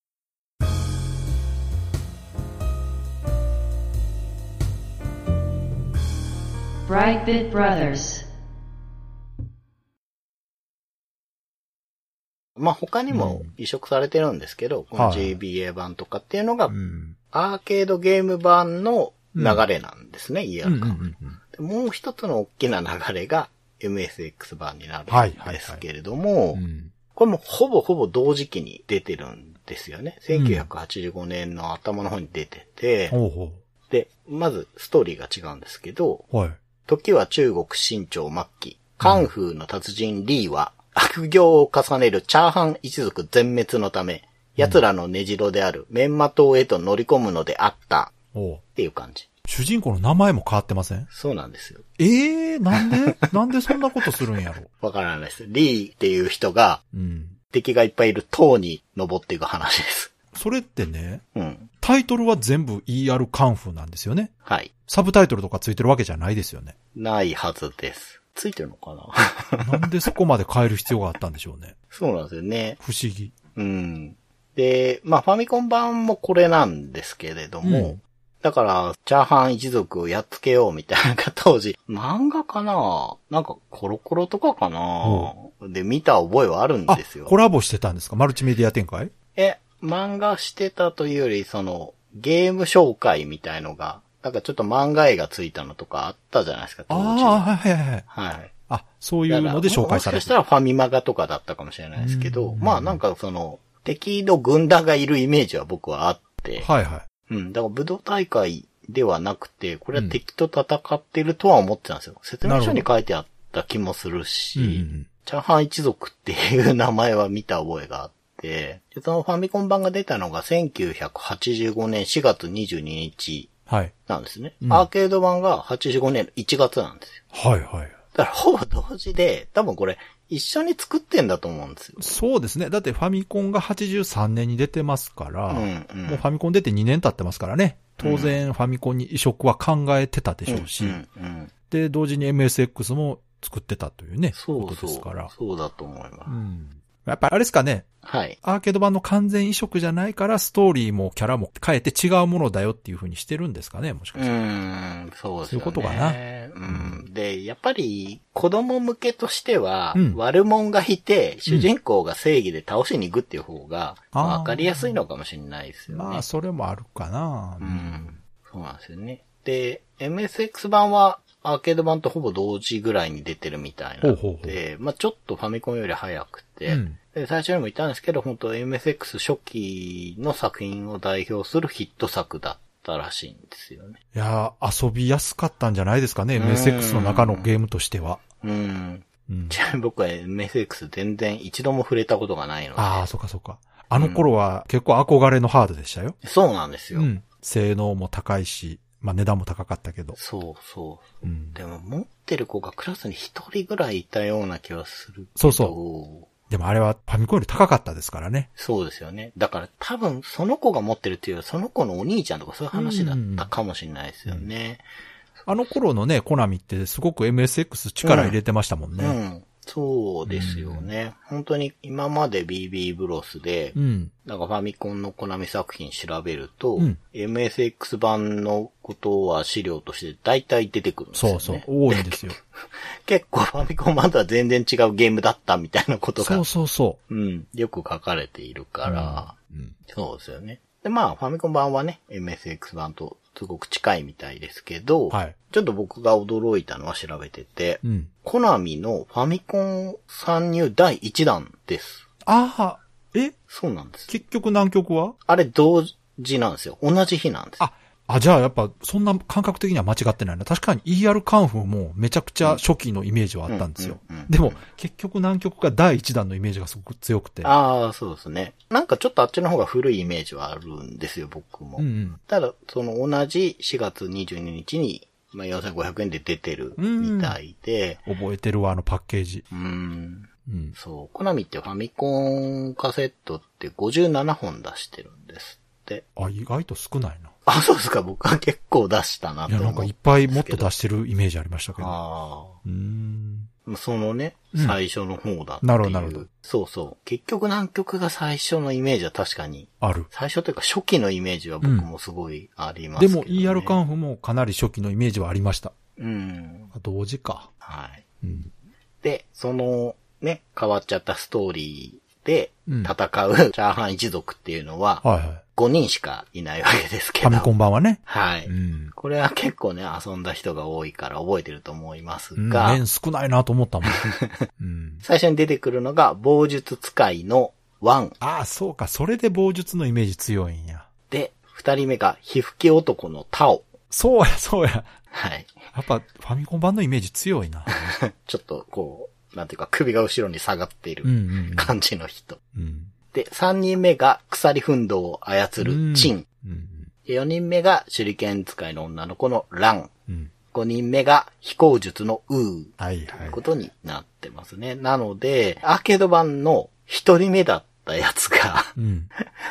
A: Brightbit Brothers.
C: まあ他にも
B: うん
C: 移植されてるんですけど、この GBA 版とかっていうのが
B: うん。
C: アーケードゲーム版の流れなんですね、
B: うんう
C: ER
B: んう
C: カンフ
B: んうん
C: でもう一つの大きな流れが MSX 版になる
B: はい
C: ん
B: はいはい
C: ですけれども、
B: うん
C: これもほぼほぼ同時期に出てるんですよね。1985年の頭の方に出てて、
B: ほうほ
C: で、まずストーリーが違うんですけど、
B: う。はい。
C: 時は中国清朝末期、カンフーの達人リーは、悪行を重ねるチャーハン一族全滅のため、奴らの根城であるメンマ島へと乗り込むのであった、
B: おう
C: っていう感じ。
B: 主人公の名前も変わってません
C: そうなんですよ。
B: ええー、なんで、 なんでそんなことするんやろ。
C: わからないです。リーっていう人が、
B: うん。
C: 敵がいっぱいいる塔に登っていく話です。
B: それってね、
C: うん。
B: タイトルは全部 ER カンフーなんですよね。
C: はい。
B: サブタイトルとかついてるわけじゃないですよ ね。
C: ないはずです。ついてるのかな
B: なんでそこまで変える必要があったんでしょうね。
C: そうなんですよね。
B: 不思議。
C: うん。で、まあファミコン版もこれなんですけれども、
B: うん
C: だから、チャーハン一族をやっつけようみたいなの が当時、漫画かななんかコロコロとかかな、で、見た覚えはあるん
B: あ
C: です、よ。
B: コラボしてたんですかマルチメディア展開
C: え、漫画してたというより、その、ゲーム紹介みたいのが、なんかちょっと漫画絵がついたのとかあったじゃないですか、当
B: あ
C: 時。
B: あ、はいはいはい。
C: はい。
B: あ、そういうので紹介され
C: もしかしてた
B: る。
C: らファミマガとかだったかもしれないですけ
B: う
C: ど
B: ん、
C: まあなんかその、敵の軍団がいるイメージは僕はあって、
B: はいはい。
C: うん、だから武道大会ではなくて、これは敵と戦ってるとは思ってたんですよ。説明書に書いてあった気もするし、
B: うんうんうん
C: チャーハン一族っていう名前は見た覚えがあって、でそのファミコン版が出たのが1985年4月22日
B: はい。
C: なんですね。
B: うん
C: アーケード版が85年の1月なんですよ。
B: はいはい。
C: だからほぼ同時で、多分これ一緒に作ってんだと思うんですよ。
B: そうですね。だってファミコンが83年に出てますから、
C: うんうん。
B: もうファミコン出て2年経ってますからね。当然ファミコンに移植は考えてたでしょうし、
C: うんうん、
B: で、同時に MSX も作ってたというね、
C: そ
B: こ
C: う
B: と
C: そう。
B: ですから。
C: そうだと思います。
B: うん。やっぱりあれですかね、
C: はい。
B: アーケード版の完全移植じゃないから、ストーリーもキャラも変えて違うものだよっていう風にしてるんですかね、もしか
C: う
B: して。
C: ーん、そうです
B: そう
C: よね。
B: いうことかな
C: うん。で、やっぱり、子供向けとしては、
B: うん
C: 悪者がいて、主人公が正義で倒しに行くっていう方が、
B: あー
C: わかりやすいのかもしれないですよね。
B: まあ、それもあるかな。
C: うん。そうなんですよね。で、MSX 版は、アーケード版とほぼ同時ぐらいに出てるみたい
B: ほ
C: な
B: うほ
C: の
B: う
C: で、まあちょっとファミコンより早くて、
B: うん
C: で最初にも言ったんですけど、本当 MSX 初期の作品を代表するヒット作だったらしいんですよね。
B: いやー、遊びやすかったんじゃないですかね、MSX の中のゲームとしては。
C: うん。
B: うん。
C: ちなみに 僕は MSX 全然一度も触れたことがないので。
B: ああ、そっかそっか。あの頃は結構憧れのハードでしたよ。
C: そうなんですよ。
B: うん。性能も高いし、まあ値段も高かったけど。
C: そうそう。
B: うん。
C: でも持ってる子がクラスに一人ぐらいいたような気はするけど。
B: そうでもあれはファミコンより高かったですからね。
C: そうですよね。だから多分その子が持ってるっていうよりその子のお兄ちゃんとかそういう話だったかもしれないですよね。
B: あの頃のね、コナミってすごく MSX 力入れてましたもん
C: う
B: ね。
C: ん。そうですよね。本当に今まで BB ブロスで、
B: うん。
C: なんかファミコンのコナミ作品調べると、
B: うん
C: MSX 版のことは資料として大体出てくるんですよ
B: そ
C: ね。
B: うそう。多いんですよ。
C: 結構ファミコン版とは全然違うゲームだったみたいなことが、
B: そうそうそ
C: うん、よく書かれているから、
B: う。うん。
C: そうですよね。で、まあ、ファミコン版はね、MSX 版とすごく近いみたいですけど、
B: はい。
C: ちょっと僕が驚いたのは調べてて、
B: うん。
C: コナミのファミコン参入第1弾です。
B: ああ、え
C: そうなんです。
B: 結局南極は
C: あれ同時なんですよ。同じ日なんです。
B: あ、あ、じゃあやっぱそんな感覚的には間違ってないな。確かに ER カンフーもめちゃくちゃ初期のイメージはあったんですよ
C: うんうんうんう。ん
B: でも結局南極が第1弾のイメージがすごく強くて。
C: ああ、そうですね。なんかちょっとあっちの方が古いイメージはあるんですよ、僕も。
B: うんうん。
C: ただ、その同じ4月22日に、まあ、4500円で出てる
B: うん
C: みたいで、
B: 覚えてるわ、あのパッケージ。
C: うーん、
B: うん。
C: そう、コナミってファミコンカセットって57本出してるんですって。
B: あ、意外と少ないな。
C: あ、そうですか、僕は結構出したないと
B: や、
C: 思う。
B: なんかいっぱいもっと出してるイメージありましたけど。
C: あ
B: うーん。
C: あ。そのね、
B: うん
C: 最初の方だっていう。
B: なるほどなるほど
C: そうそう。結局南極が最初のイメージは確かに、
B: ある。
C: 最初というか初期のイメージは僕もすごいあります
B: で
C: けど、ね
B: も ER カンフーもかなり初期のイメージはありました。
C: うん。
B: 同時か。
C: はい。
B: うん。
C: で、その、ね、変わっちゃったストーリーで、
B: うん
C: 戦う、 チャーハン一族っていうのは、
B: はいはい。
C: 5人しかいないわけですけ
B: ファ
C: ど。
B: ミコン版はね。
C: はい。
B: うん。
C: これは結構ね、遊んだ人が多いから覚えてると思います
B: うん、
C: が、
B: 面少ないなと思った もん。うん。
C: 最初に出てくるのが、棒術使いのワン
B: ああ、そうか。それで棒術のイメージ強いんや。
C: で、二人目が、皮膚き男のタオ。
B: そうや、そうや。
C: はい。
B: やっぱ、ファミコン版のイメージ強いな。
C: ちょっと、こう、なんていうか、首が後ろに下がってい
B: うん
C: る
B: うん
C: 感じの人。
B: うん。うん。
C: で、三人目が、鎖奮闘を操るチン。
B: うん。
C: で四人目が、手裏剣使いの女の子のラン。
B: うん。
C: 五人目が、飛行術のウー。
B: はい
C: と
B: はいいう
C: こ。とになってますね。なので、アーケード版の一人目だったやつが、
B: うん。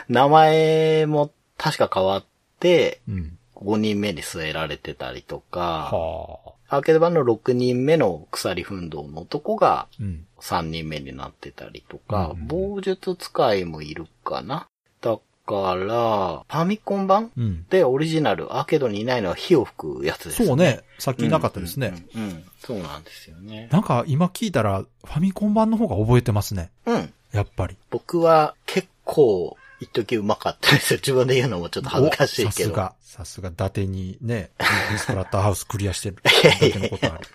C: 名前も確か変わって、
B: うん。
C: 5人目に据えられてたりとか、
B: はあ。
C: アーケード版の6人目の鎖奮闘の男が
B: うん。
C: 3人目になってたりとか
B: う、ん
C: 棒術使いもいるかな。だから、ファミコン版
B: うん。
C: でオリジナル、アーケードにいないのは火を吹くやつですね。
B: そうね。さっ
C: うん。
B: きなかったですね。
C: うん。うん、そうなんですよね。
B: なんか、今聞いたら、ファミコン版の方が覚えてますね。
C: うん。
B: やっぱり。
C: 僕は結構、一時うまかったですよ。自分で言うのもちょっと恥ずかしいけ
B: お
C: ど。
B: さすが、さすが、伊達に ね、ディストラッターハウスクリアしてる。伊達のことある。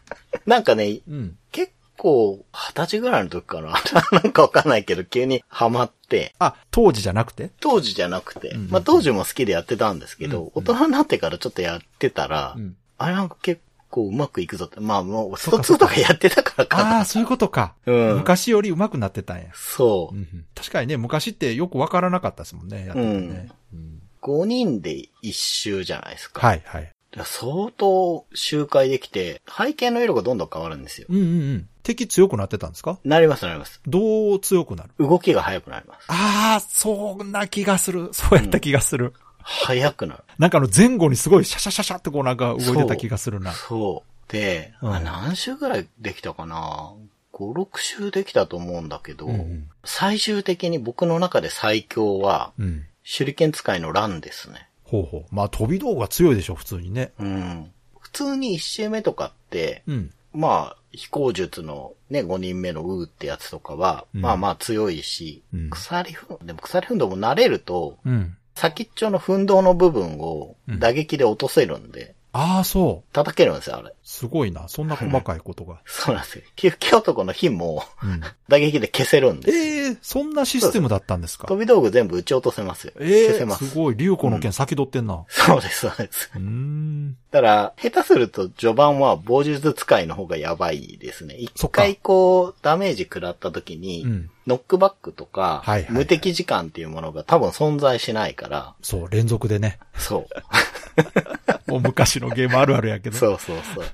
C: なんかね、
B: うん。
C: 結構、二十歳ぐらいの時かな。 なんかわかんないけど、急にハマって、
B: あ、当時じゃなくて
C: 当時じゃなくて、
B: うんうん
C: まあ当時も好きでやってたんですけど、
B: うんうん
C: 大人になってからちょっとやってたら、
B: うん。
C: あれなんか結構うまくいくぞって、まあもう、
B: そ
C: ス
B: う
C: ト
B: かそ
C: 2
B: うか
C: とかやってたからか
B: ああ、
C: な。
B: そういうことか。
C: うん
B: 昔より上手くなってたんや。
C: そうう。
B: ん確かにね、昔ってよくわからなかったですもんね、やっててね。うん
C: 5人で一周じゃないですか。
B: はい、はい。
C: だから相当周回できて、背景の色がどんどん変わるんですよ。
B: うんうんうん。敵強くなってたんですか
C: なりますなります。
B: どう強くなる
C: 動きが速くなります。
B: ああ、そんな気がする。そうやった気がする。
C: 速くなる。
B: なんかあの前後にすごいシャシャシャシャってこうなんか動いてた気がするな。
C: そう。で、
B: うん
C: あ何週ぐらいできたかな ?5、6週できたと思うんだけど、
B: うんうん
C: 最終的に僕の中で最強は、
B: うん。
C: 手裏剣使いのランですね。
B: ほうほう。まあ飛び道具が強いでしょ、普通にね。
C: うん。普通に1周目とかって、
B: うん。
C: まあ、飛行術のね、5人目のウーってやつとかは、
B: うん
C: まあまあ強いし、
B: うん
C: 鎖ふん、でも鎖ふんどうも慣れると、
B: うん。
C: 先っちょの奮動の部分を打撃で落とせるんで、
B: ああ、そう。
C: 叩けるんですよ、あれ。
B: すごいな。そんな細かいことが。
C: そうなんですよ。吸気男の火も
B: うん、
C: 打撃で消せるんです。
B: ええそんなシステムだったんですか
C: 飛び道具全部撃ち落とせますよ。
B: ええ
C: 消せます。
B: すごい。竜子の剣先取ってんな。
C: そうです、そうです。
B: うーん。
C: だから、下手すると序盤は防術使いの方がやばいですね。
B: そ
C: 一
B: っか
C: 回こう、ダメージ食らった時に、
B: うん。
C: ノックバックとか、
B: はいはいはい
C: 無敵時間っていうものが多分存在しないから、
B: そう、連続でね。
C: そう。
B: もう昔のゲームあるあるやけど。う。
C: そうそうそう。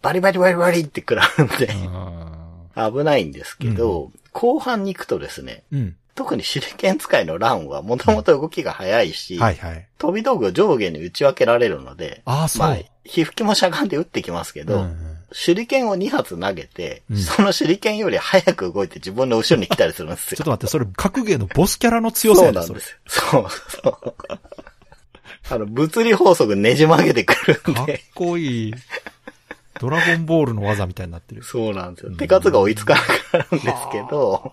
C: バリバリバリバリって食らうんで、
B: ん。
C: 危ないんですけど、後半に行くとですね、
B: うん。
C: 特に手裏剣使いのランはもともと動きが速いし、
B: はいはい。
C: 飛び道具を上下に打ち分けられるので、
B: ああ、そう。
C: まあ、皮膚きもしゃがんで打ってきますけ
B: う
C: ど、
B: んうん。
C: 手裏剣を2発投げて、
B: うん
C: その手裏剣より早く動いて自分の後ろに来たりするんです
B: ちょっ
C: よ。
B: と待って、それ、格ゲーのボスキャラの強さ
C: そう
B: や
C: なん
B: それ
C: で。すよ。そうそう。あの、物理法則ねじ曲げてくる
B: か
C: ん
B: っ
C: で。
B: こいい。ドラゴンボールの技みたいにな ってる。
C: そうなんですよ。手数が追いつかなくなるんですけど、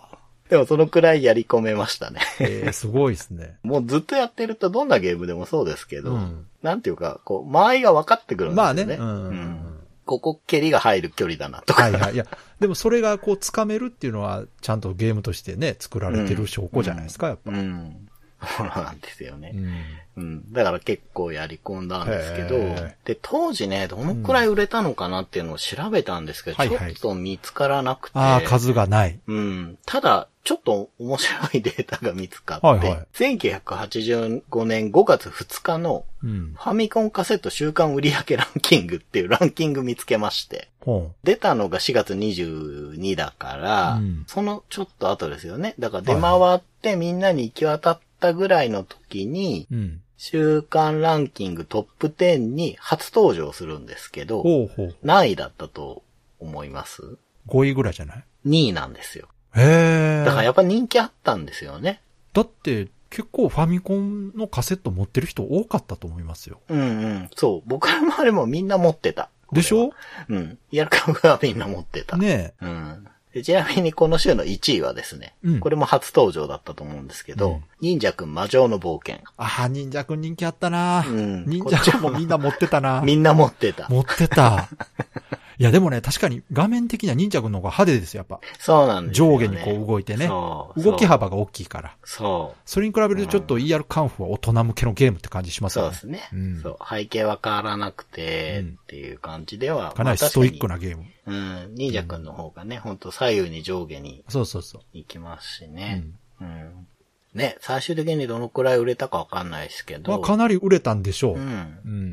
C: でもそのくらいやり込めましたね。
B: ええすごいですね。
C: もうずっとやってるとどんなゲームでもそうですけど、
B: うん
C: なんていうか、こう、間合いが分かってくるんです
B: まあ
C: よ
B: ね。
C: ね。
B: うん。
C: うんここ蹴りが入る距離だなとか。
B: はいはい。いや、でもそれがこう、掴めるっていうのは、ちゃんとゲームとしてね、作られてる証拠じゃないですか、やっぱ。
C: うん。そうなんですよね。
B: うん。
C: うん。だから結構やり込んだんですけど
B: へー、
C: で、当時ね、どのくらい売れたのかなっていうのを調べたんですけど、
B: はいはい
C: ちょっと見つからなくて、
B: ああ、数がない。
C: うん。ただ、ちょっと面白いデータが見つかって、
B: はいはい
C: 1985年5月2日の
B: うん。
C: ファミコンカセット週間売上ランキングっていうランキング見つけまして、
B: ほ
C: 出たのが4月22だから、
B: うん
C: そのちょっと後ですよね。だから出回ってみんなに行き渡ったぐらいの時に、
B: う。うん。
C: 週間ランキングトップ10に初登場するんですけど、
B: ほうほう。
C: 何位だったと思います
B: 5位ぐらいじゃない
C: ?2 位なんですよ。
B: へえ。
C: だからやっぱ人気あったんですよね。
B: だって、結構ファミコンのカセット持ってる人多かったと思いますよ。
C: うんうん。そう。僕の周りもみんな持ってた。
B: でしょ
C: うん。やる株はみんな持ってた。
B: ね
C: うん。でちなみにこの週の1位はですね、
B: うん
C: これも初登場だったと思うんですけど、
B: うん
C: 忍者くん魔女の冒険。
B: え。ああ、忍者くん人気あったな。
C: うん
B: 忍者くんもみんな持ってたな。
C: みんな持ってた。
B: 持ってた。いや、でもね、確かに画面的には忍者くんの方が派手ですよ、やっぱ。
C: そうなんですよ、
B: 上
C: ね。
B: 下にこう動いてね。
C: そう
B: 動き幅が大きいから。
C: そう。
B: それに比べるとちょっと ER カンフは大人向けのゲームって感じします
C: そう
B: よ
C: で
B: ね。
C: すね。
B: うん
C: そう背景は変わらなくて、
B: うん
C: っていう感じでは。
B: かなりストイック
C: な。
B: なゲーム。
C: うん。忍者くんの方がね、ほんと左右に上下に
B: そうそうそう。
C: 行きますしね。うん。ね、最終的にどのくらい売れたかわかんないですけ
B: まあ、
C: ど。
B: かなり売れたんでしょう。う
C: う
B: ん。
C: ん。
B: う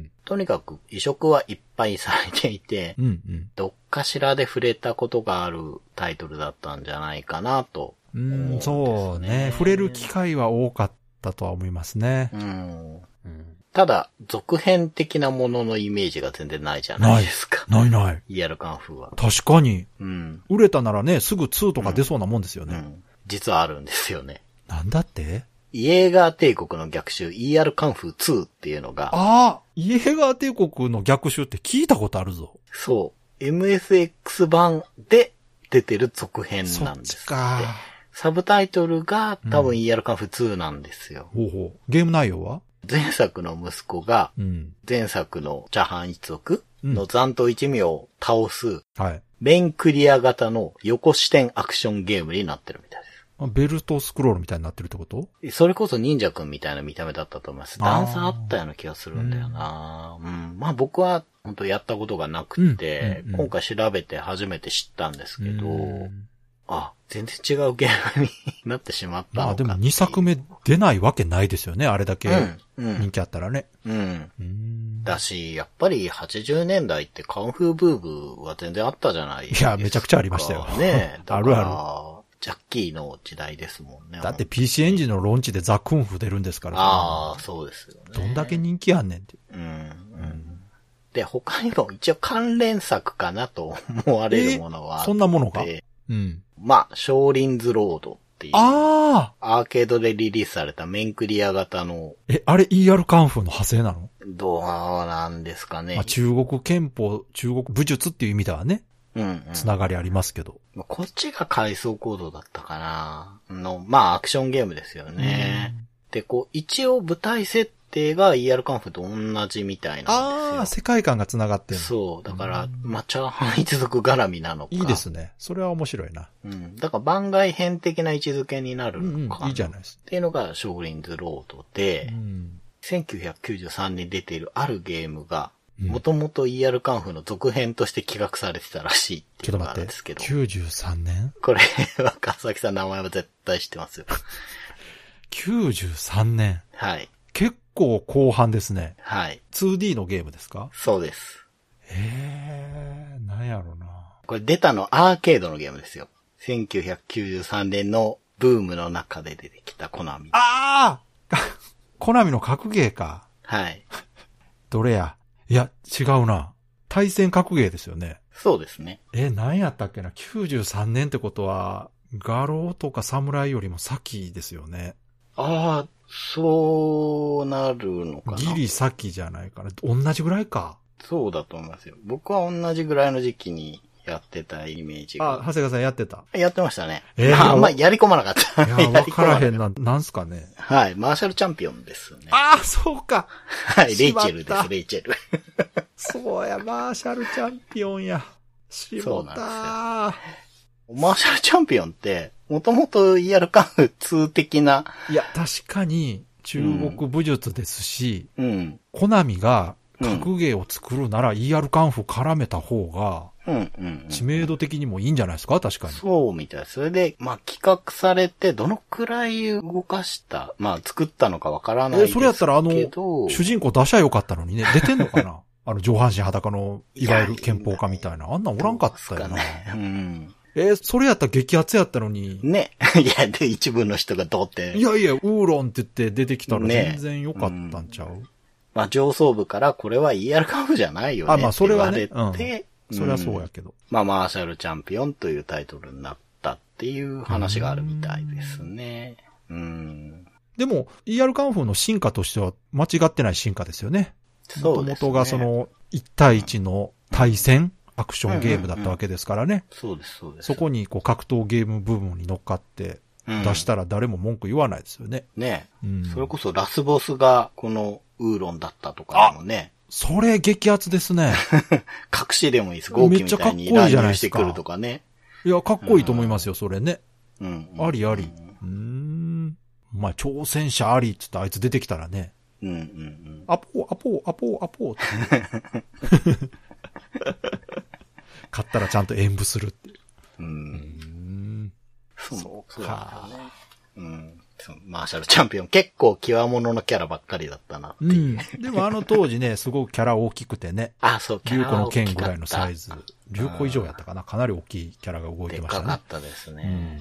B: ん。
C: とにかく移植はいっぱいされていて、
B: うん、うん。
C: どっかしらで触れたことがあるタイトルだったんじゃないかなと。
B: うん、
C: そ
B: そうう
C: ですね
B: ね。触れる機会は多かったとは思いますね
C: う。ん。
B: うん、
C: ただ、続編的なもののイメージが全然ないじゃないですか。
B: ないない。
C: イヤルカンフーは。
B: 確かに。
C: うん。
B: 売れたならね、すぐ2とか出そうなもんですよ
C: う
B: ね。
C: ん。実はあるんですよね。
B: なんだって
C: イエーガー帝国の逆襲 ER カンフー2っていうのが、
B: ああイエーガー帝国の逆襲って聞いたことあるぞ。
C: そう、MSX 版で出てる続編
B: そ
C: な
B: っ
C: んで
B: ち
C: す。
B: か。
C: サブタイトルが多分 ER カンフー2なんですよ。
B: ほうほう。ゲーム内容は
C: 前作の息子が
B: うん。
C: 前作のチャーハン一族の残党一味を倒す
B: はい。
C: メインクリア型の横視点アクションゲームになってるみたいです。
B: あベルトスクロールみたいになってるってこと
C: それこそ忍者くんみたいな見た目だったと思います。
B: あー
C: 段差あったような気がするんだよな、うん、まあ僕は本当やったことがなくて、
B: うんうんうん
C: 今回調べて初めて知ったんですけど、
B: うん
C: あ、全然違うゲームに なってしまった
B: ま
C: のか
B: あ
C: って
B: で
C: いう
B: も2作目出ないわけないですよね。あれだけ
C: うん、う
B: 人
C: ん、
B: 気あったらね。
C: うん。
B: うん
C: だし、やっぱり80年代ってカンフーブームは全然あったじゃないですか。
B: いやめちゃくちゃありましたよ
C: ね
B: あるある
C: る。ジャッキーの時代ですもんね。
B: だって PC エンジンのローンチでザ・クンフ出るんですから。
C: ああ、そうですよね。
B: どんだけ人気あんねんって。
C: うんうんで、他にも一応関連作かなと思われるものはあって、
B: そんなものが。うん。
C: まあ、少林ズロードっていう、
B: ああ
C: アーケードでリリースされたメンクリア型の、
B: え、あれ ER カンフーの派生なの、
C: どうなんですかね
B: まあ、。中国憲法、中国武術っていう意味ではね、
C: うん、うん。
B: つながりありますけど。
C: まあこっちが階層行動だったかなの、まあ、アクションゲームですよね。で、こう、一応舞台設定が ER カンフと同じみたい
B: あ
C: なん
B: あ、
C: です
B: 世界観が繋がって
C: よ。
B: る
C: そう。だから、まあ、チャーハン一族絡みなのか。
B: いいですね。それは面白いな。
C: うん。だから番外編的な位置づけになる
B: うん
C: のかな、
B: うん、いいじゃないです
C: っていうのが、ショーリンズロード
B: か。
C: で
B: う、ん。
C: 1993年に出ているあるゲームが、
B: うん
C: もともと ER カンフの続編として企画されてたらしいって
B: ち
C: い
B: ょっ
C: う
B: と
C: のがあ
B: 待
C: る
B: っ
C: ん
B: て
C: ですけ。ど。
B: 93年
C: これは川崎さん名前は絶対知ってますよ。
B: ?93 年。
C: はい。
B: 結構後半ですね。
C: はい。
B: 2D のゲームですか
C: そうです。
B: ええー、なんやろな。
C: これ出たのアーケードのゲームですよ。1993年のブームの中で出てきたコナミ。
B: ああ コナミの格ゲーか。
C: はい。
B: どれやいや、違うな。対戦格ゲーですよね。
C: そうですね。
B: え、何やったっけな ?93 年ってことは、画廊とか侍よりも先ですよね。
C: ああ、そうなるのかな。
B: ギリ先じゃないかな。同じぐらいか。
C: そうだと思いますよ。僕は同じぐらいの時期にやってたイメージ
B: あ、
C: が。
B: 長谷川さんやってた。
C: や ってましたね。
B: えー
C: まあ、あんまやり込まなかった。
B: い や、わ
C: り込
B: か
C: ま
B: ら
C: な
B: へんな。なんすかね。
C: はい。マーシャルチャンピオンですね。
B: ああ、そうか。
C: はい。レイチェル
B: し
C: で
B: まっ
C: す、
B: た
C: レイチェル。
B: そうや、マーシャルチャンピオンや。し
C: そ
B: も
C: う
B: た
C: なマーシャルチャンピオンって、もともと ER カンフ2的な、
B: いや、確かに中国武術ですし、
C: うん、
B: コナミが格ゲーを作るなら ER カンフ絡めた方が
C: うん、うんうん。
B: 知名度的にもいいんじゃないですか確かに。
C: そうみたい。それで、まあ、企画されて、どのくらい動かした、まあ、作ったのかわからない
B: え、
C: です
B: それ
C: けど。
B: やったらあの、主
C: 主
B: 人公出しゃよかったのにね、出てんのか なあの、上半身裸の、いわゆる憲法家みたいな。あんなんおらんかったよな。
C: ね。うん。
B: え、それやったら激アツやったのに、
C: ね。 いや、で、一部の人がどうって。
B: いやいや、ウーロンって言って出てきたら
C: ね
B: 全然良かったんちゃう、
C: まあ、上層部から、これは ER カンフじゃないよね。
B: あまあそれはね
C: って言われて、
B: それはそうんやけど。
C: まあ、マーシャルチャンピオンというタイトルになったっていう話があるみたいですね。うん。
B: でも、ER カンフーの進化としては間違ってない進化ですよね。も
C: そ
B: と
C: うで
B: も
C: すね。
B: とがそ、の1対1の対戦、アクションゲームだったわけですからね。
C: そうです、そうです。
B: そこにこう格闘ゲーム部分に乗っかって
C: うん
B: 出したら誰も文句言わないですよね。
C: ね。
B: うん。
C: それこそラスボスが、この、ウーロンだったとかでもね、
B: それ激アツですね。
C: 隠しでもいいです。豪気みたい
B: め
C: に
B: っちゃかっこいい
C: 乱
B: じゃない
C: 入
B: で
C: し
B: す
C: て
B: か
C: くるとかね。
B: いや、かっこいいと思いますよ、それね。
C: うん、うん
B: ありあり。うーん。まあ、挑戦者ありって言ってあいつ出てきたらね、
C: うん、うん、うん。
B: アポー、アポー、アポー、アポーって。 買ったらちゃんと演舞するっていう。
C: うん。
B: うん。
C: そう
B: そうか
C: そうだねうん。そうマーシャルチャンピオン、結構際物のキャラばっかりだったなっていう。
B: でもあの当時ね、すごくキャラ大きくてね、
C: あ、そう、キャ
B: 竜
C: ラ
B: 子の
C: 大き
B: 剣
C: か
B: ぐ
C: った
B: らいのサイズ。竜子以上やったかなかなり大きいキャラが動いて
C: でっ
B: まし
C: か
B: た
C: かっ
B: ね。
C: たです
B: うん
C: ね。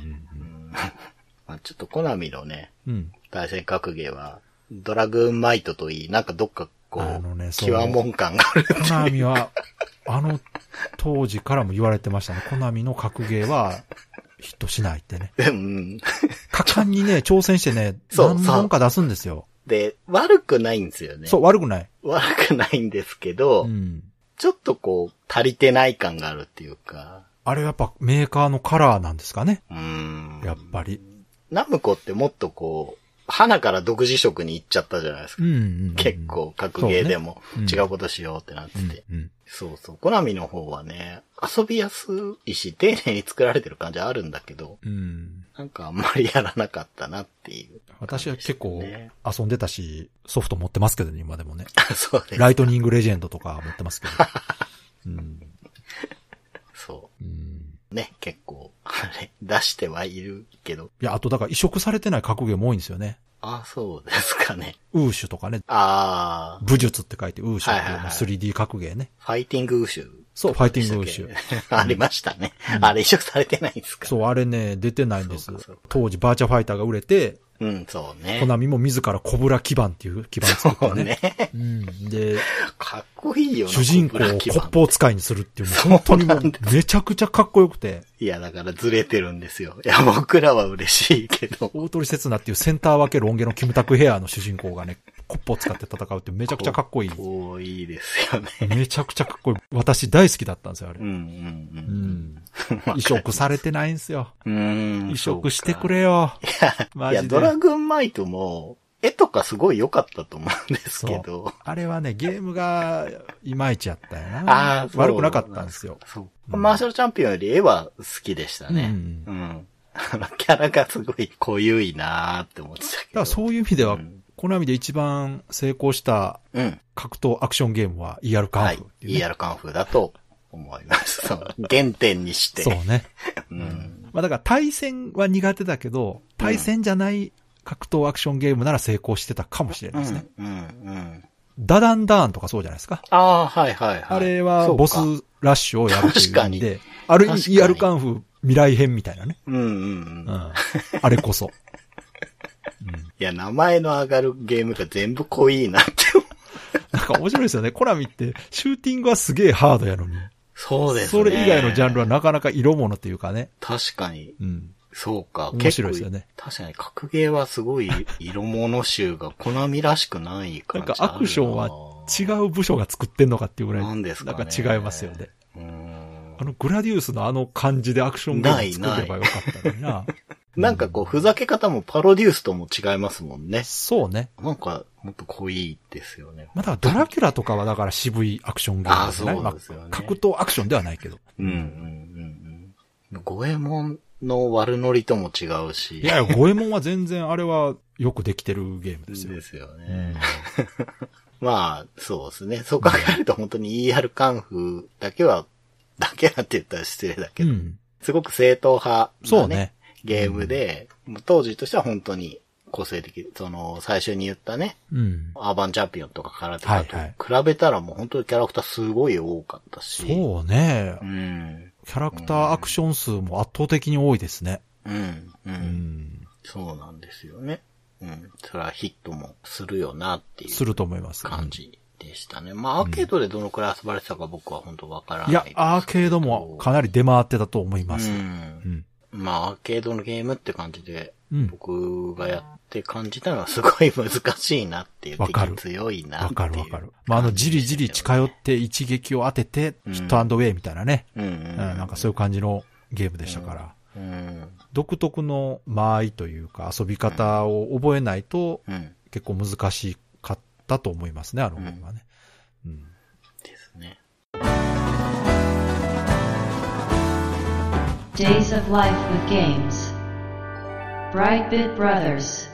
C: まあ、ちょっとコナミのね、
B: うんうん。うん。
C: 対戦格ゲーは、ドラグーンマイトといい、なんかどっかこ
B: あの
C: う、
B: ねそう
C: 際門感がある。
B: コナミは、あの当時からも言われてましたね。コナミの格ゲーはヒットしないってね。
C: うん。
B: 果敢にね、挑戦してね、
C: そう
B: 何本か出すんですよ。
C: で、悪くないんですよね。
B: そう、悪くない。
C: 悪くないんですけど、
B: うん。
C: ちょっとこう、足りてない感があるっていうか、
B: あれはやっぱメーカーのカラーなんですかね。
C: うーん。
B: やっぱり。
C: ナムコってもっとこう、花から独自色に行っちゃったじゃないですか。
B: うんうんうん。
C: 結構、格ゲーでも
B: そうねうん
C: 違うことしようってなってて。
B: うんうん。
C: そうそう。コナミの方はね、遊びやすいし、丁寧に作られてる感じはあるんだけど、
B: うん。
C: なんかあんまりやらなかったなっていう。
B: 私は結構
C: ね
B: 遊んでたし、ソフト持ってますけどね、今でもね。
C: そうです。
B: ライトニングレジェンドとか持ってますけど。 うん。
C: そ
B: うん。
C: う。ね、結構、あれ、出してはいるけど。
B: いや、あとだから移植されてない格ゲーも多いんですよね。
C: あ、そうですかね。
B: ウーシュとかね。
C: あー、
B: 武術って書いてウーシュっていう
C: はいはい
B: の
C: はい
B: 3D 格ゲーね。
C: ファイティングウシュ。
B: そう、ファイティングウーシュ。
C: ありましたね。あれ移植されてないんですか
B: そう、あれね、出てないんです
C: そうかそうか。
B: 当時バーチャファイターが売れて、
C: うん、そうね。
B: コナミも自らコブラ基盤っていう基盤作
C: そ
B: っ
C: う
B: てね。
C: ね。
B: うん。で、
C: かっこいいよな。
B: 主人公
C: コブ
B: を
C: ラ基
B: 骨
C: 盤
B: 砲使いにするっていう、もう本当にもうめちゃくちゃかっこよくて、
C: いや、だからずれてるんですよ。いや、僕らは嬉しいけど。
B: 大鳥刹那っていうセンター分けロン毛のキムタクヘアの主人公がね、骨砲使って戦うってめちゃくちゃかっこいい。
C: 多いですよね。
B: めちゃくちゃかっこいい。私大好きだったんですよ、あれ
C: うん。う
B: うんん。
C: うん。
B: 移 植されてないんですよ。
C: うん。
B: 移植してくれよ。
C: そうか。
B: マ
C: いや、
B: ジで
C: ド。ラグンマイトも、絵とかすごい良かったと思うんですけ
B: そう
C: ど。
B: あれはね、ゲームが、いまいちやったよな。
C: ああ、そう
B: 悪くなかったんですよ。
C: そう
B: うん
C: マーシャルチャンピオンより絵は好きでしたね。
B: う
C: うん。あの、キャラがすごい濃ゆいなーって思ってたけ
B: だか
C: ど。
B: らそういう意味では、
C: うん
B: コナミで一番成功した
C: うん。
B: 格闘アクションゲームは ER カ
C: は
B: ン
C: い
B: フって。いう、ね
C: ER カンフーだと思います。そう。原点にして。
B: そうね。
C: うん。
B: まあだから対戦は苦手だけど、対戦じゃない格闘アクションゲームなら成功してたかもしれ
C: う
B: ない
C: ん。
B: です
C: う
B: ね。
C: ん。
B: ダダンダーンとかそうじゃないですか。
C: ああ、はいはいはい。
B: あれは
C: そう
B: ボ
C: か
B: スラッシュをやるってい
C: 確か
B: うん
C: に
B: で、ある意
C: 確か
B: 味
C: に
B: ER カンフ未来編みたいなね。
C: うんうん
B: う。
C: うんん。い
B: あれこそ。うん
C: や、名前の上がるゲームが全部濃いなって思う。
B: なんか面白いですよね。コナミってシューティングはすげえハードやのに。
C: そうです
B: そ
C: ね。
B: れ以外のジャンル
C: は。
B: はなかなか色物っていうかね。
C: 確かに。
B: うん。
C: そうか。
B: 面白いですよね
C: 結構確かに、格ゲーはすごい色物集が、コナミらしくない
B: な
C: 感
B: ん
C: じ
B: か
C: ある
B: アクションは違う部署が作ってんのかっていうぐらい、
C: なんですかね
B: なんか違いますよね。
C: うーん
B: あのグラディウスのあの感じでアクションゲーム作ればよかったのにな。
C: なんかこう、ふざけ方もパロデュースとも違いますもんね。
B: そうね。
C: なんか、もっと濃いですよね。
B: まあだからドラキュラとかはだから渋いアクションゲームじゃない
C: あーそうですよね
B: まあ格闘アクションではないけど。
C: うんうんうんうん。五右衛門の悪ノリとも違うし。
B: いやいや、ゴエモンは全然あれはよくできてるゲームですよ。
C: ですよ
B: う
C: ね
B: ん。
C: まあ、そうですね。そう考えると本当に ER カンフーだけは、だけはって言ったら失礼だけ
B: う
C: ど、
B: ん。
C: すごく正統派
B: そ
C: な
B: うね
C: ね、。ゲームで、当時としては本当に個性的、その、最初に言ったね、
B: うん。
C: アーバンチャンピオンとか空手家と
B: はい
C: 比べたらもう本当にキャラクターすごい多かったし。
B: そうね
C: う。ん。
B: キャラクターアクション数も圧倒的に多いですね。
C: うん。う。
B: うんん。
C: そうなんですよね。うん。それはヒットもするよなっていう。
B: すると思います。
C: 感じでしたね。まあ、アーケードでどのくらい遊ばれてたか僕は本当わからな
B: い
C: いです
B: や
C: け、ど。
B: アーケードもかなり出回ってたと思います。う。
C: うんん。まあ、アーケードのゲームって感じで、
B: うん。
C: 僕がやって感じたのはすごい難しいなっていう。
B: わかる
C: 敵強いな
B: わ
C: っていう。
B: かるわかる。まあ、あの、じりじり近寄って一撃を当てて、
C: うん
B: ヒットアンドウェイみたいなね。
C: うん、う。
B: うんん、なんかそういう感じのゲームでしたから。
C: うん。
B: 独特の間合いというか、遊び方を覚えないと、
C: うん。
B: 結構難しかったと思いますね、あのゲームはね。うん。
C: ですね。
A: Days of Life with Games. Brightbit Brothers.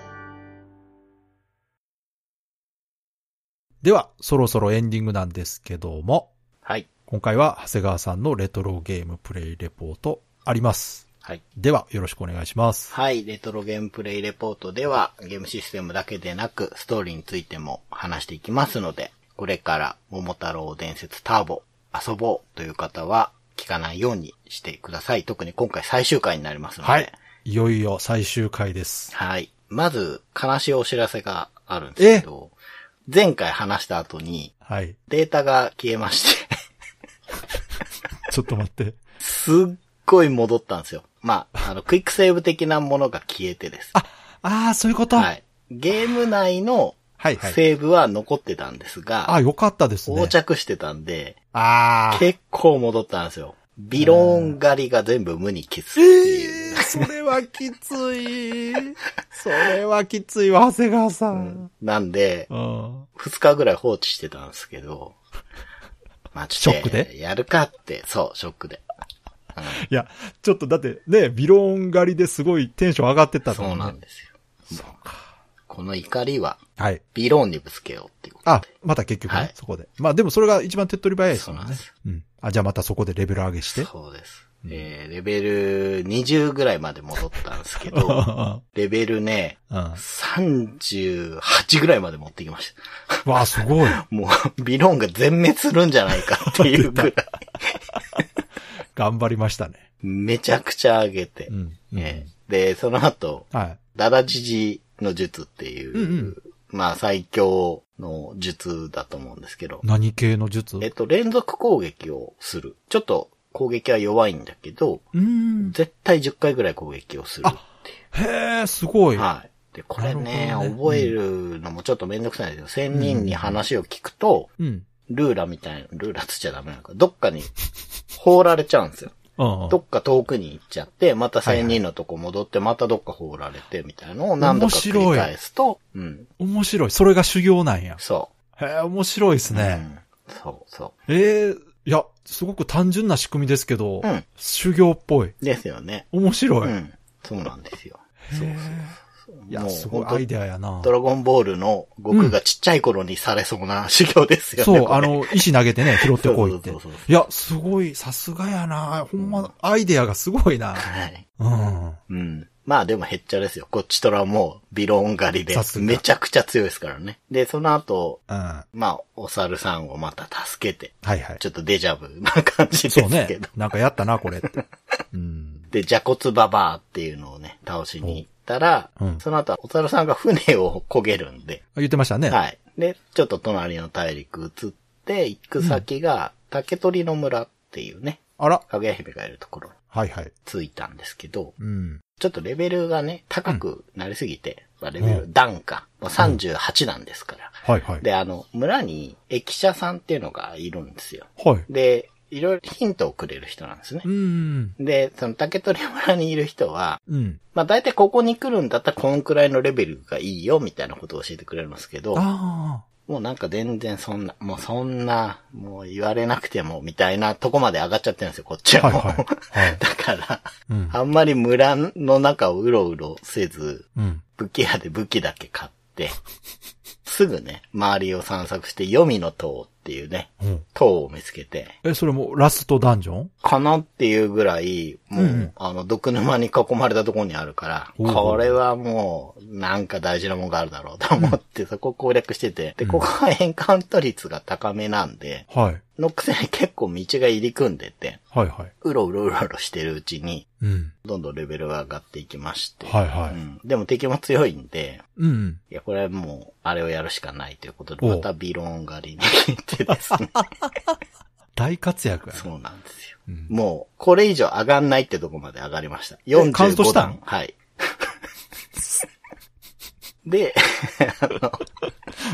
B: では、そろそろエンディングなんですけども、
C: はい。
B: 今回は長谷川さんのレトロゲームプレイレポートあります。
C: はい。
B: では、よろしくお願いします。
C: はい。レトロゲームプレイレポートでは、ゲームシステムだけでなく、ストーリーについても話していきますので、これから、桃太郎伝説ターボ、遊ぼうという方は、聞かないようにしてください。特に今回最終回になりますので。
B: はい。いよいよ最終回です。
C: はい。まず、悲しいお知らせがあるんですけど、前回話した後に、
B: はい。
C: データが消えまして、
B: ちょっと待って。
C: すっごい戻ったんですよ。まあ、あの、クイックセーブ的なものが消えてです。
B: あ、ああ、そういうこと。は。
C: はいい。ゲーム内の
B: はい、
C: セーブは残ってたんですが、
B: あよかったですね。
C: 横着してたんで、
B: ああ。
C: 結構戻ったんですよ。ビローン狩りが全部無に消すっていう。
B: えー、それはきつい。それはきついわ、長谷川さん。
C: なんで、
B: うん。
C: 2日ぐらい放置してたんですけど、まあちょっと
B: ショックで
C: やるかって、そう、ショックで。
B: いや、ちょっとだってね、ビローン狩りですごいテンション上がってたのに
C: そう
B: ね
C: なんですよ。
B: そうか。
C: この怒りは、
B: はい。
C: ビローンにぶつけようっていうこと。
B: あ、また結局ね、
C: はい
B: そこで。まあでもそれが一番手っ取り早いですもん
C: そう
B: ね
C: なんです。
B: うん。あ、じゃあまたそこでレベル上げ して。
C: そうです。えー、レベル20ぐらいまで戻ったんですけ ど、
B: う
C: レベルね、
B: ん。わ
C: 38ぐらいまで持ってきました。
B: あ、すごい。
C: もう、 ビローンが全滅するんじゃないかっていうぐらい、
B: 頑張りましたね。
C: めちゃくちゃ上げて
B: う、ん。うん
C: ええで、その後、
B: はい。
C: ダダジジの術っていう、
B: うんうん
C: まあ最強の術だと思うんですけど、
B: 何系の術
C: えっと、連続攻撃をする。ちょっと攻撃は弱いんだけど、
B: うん。
C: 絶対10回ぐらい攻撃をするってい
B: へえ、すごい。
C: う。はい。で、これね
B: なるほど
C: 覚
B: ね
C: えるのもちょっとめんどくさいんですけど、1000人に話を聞くと、
B: うん。
C: ルーラみたいな、ルーラつっちゃダメなのか、どっかに放られちゃうんですよ。
B: うんうん
C: どっか遠くに行っちゃって、また仙人のとこ戻って、またどっか放られて、みたいなのを何度か繰り返すと、うん、
B: 面白い。それが修行なんや。
C: そ
B: へえ、面白いです
C: う。
B: ね。
C: うん、そう、そ
B: ええいや、すごく単純な仕組みですけど、
C: うん
B: 修行っぽい。
C: う。ですよね。
B: 面白
C: う
B: い。
C: ん、そうなんですよ。そうそうそう。
B: いや、
C: もう
B: すごい
C: 本当
B: アイデアやな。
C: ドラゴンボールの悟空がちっちゃい頃にされそうな修行ですよね。
B: そう、
C: これ
B: あ、の、石投げてね、拾ってこいって。
C: そうそうそうそう
B: いや、すごい、さすがやな。ほん
C: うん
B: ま、アイデアがすごいな。
C: はい。
B: うん。
C: うん。まあでもへっちゃらですよ。こっちとらもう、ビローン狩りで
B: さす、が
C: めちゃくちゃ強いですからね。で、その後、
B: うん。は
C: まあ、お猿さんをまた助けて、
B: いはい
C: ち。ょっとデジャブな感じです
B: そう
C: け
B: ね
C: ど。。
B: なんかやったな、これ って。うん。
C: で、ジャコツババアっていうのをね、倒しに行ったら、
B: うん
C: その後、お猿さんが船を焦げるんで、
B: 言ってましたね。
C: はい。で、ちょっと隣の大陸移って、行く先が、竹取の村っていうね、
B: あら。
C: かぐや姫がいるところに
B: はいはい。
C: 着いたんですけど、
B: うん。
C: ちょっとレベルがね、高くなりすぎて、まあレベ
B: う
C: ル、段か、もう38なんですから。
B: はいはい。
C: で、あの、村に駅舎さんっていうのがいるんですよ。
B: はい。
C: で、いろいろヒントをくれる人なんですね
B: う。ん。
C: で、その竹取村にいる人は、
B: うん。
C: まあ大体ここに来るんだったらこんくらいのレベルがいいよみたいなことを教えてくれるんですけど、
B: あ
C: もうなんか全然そんな、もうそんな、もう言われなくてもみたいなとこまで上がっちゃってるんですよ、こっち
B: あ。は
C: は。
B: い
C: もう
B: はい。はい。
C: だから、
B: うん。
C: あんまり村の中をうろうろせず、
B: うん。
C: 武器屋で武器だけ買って、すぐね、周りを散策して、黄泉の塔っていうね、
B: うん
C: 塔を見つけて、
B: え、それもラストダンジョン
C: かなっていうぐらい、もう、
B: うんうん
C: あの、毒沼に囲まれたところにあるから、
B: おう
C: これはもう、なんか大事なもんがあるだろうと思って、そこを攻略してて、で、ここはエンカウント率が高めなんで、
B: はい。
C: のくせに結構道が入り組んでて、
B: はいはい。
C: うろうろうろうろしてるうちに、
B: うん。
C: どんどんレベルが上がっていきまして、
B: はいは
C: う
B: い。
C: ん、でも敵も強いんで、
B: うん。
C: いや、これはもう、あれをやるしかないということで、
B: おう
C: またビローン狩りに行ってです ね。
B: 大活躍やな。
C: そうなんですよ。
B: うん
C: もう、これ以上上がんないってとこまで上がりました。45
B: カウントしたん
C: 段はい。で、あの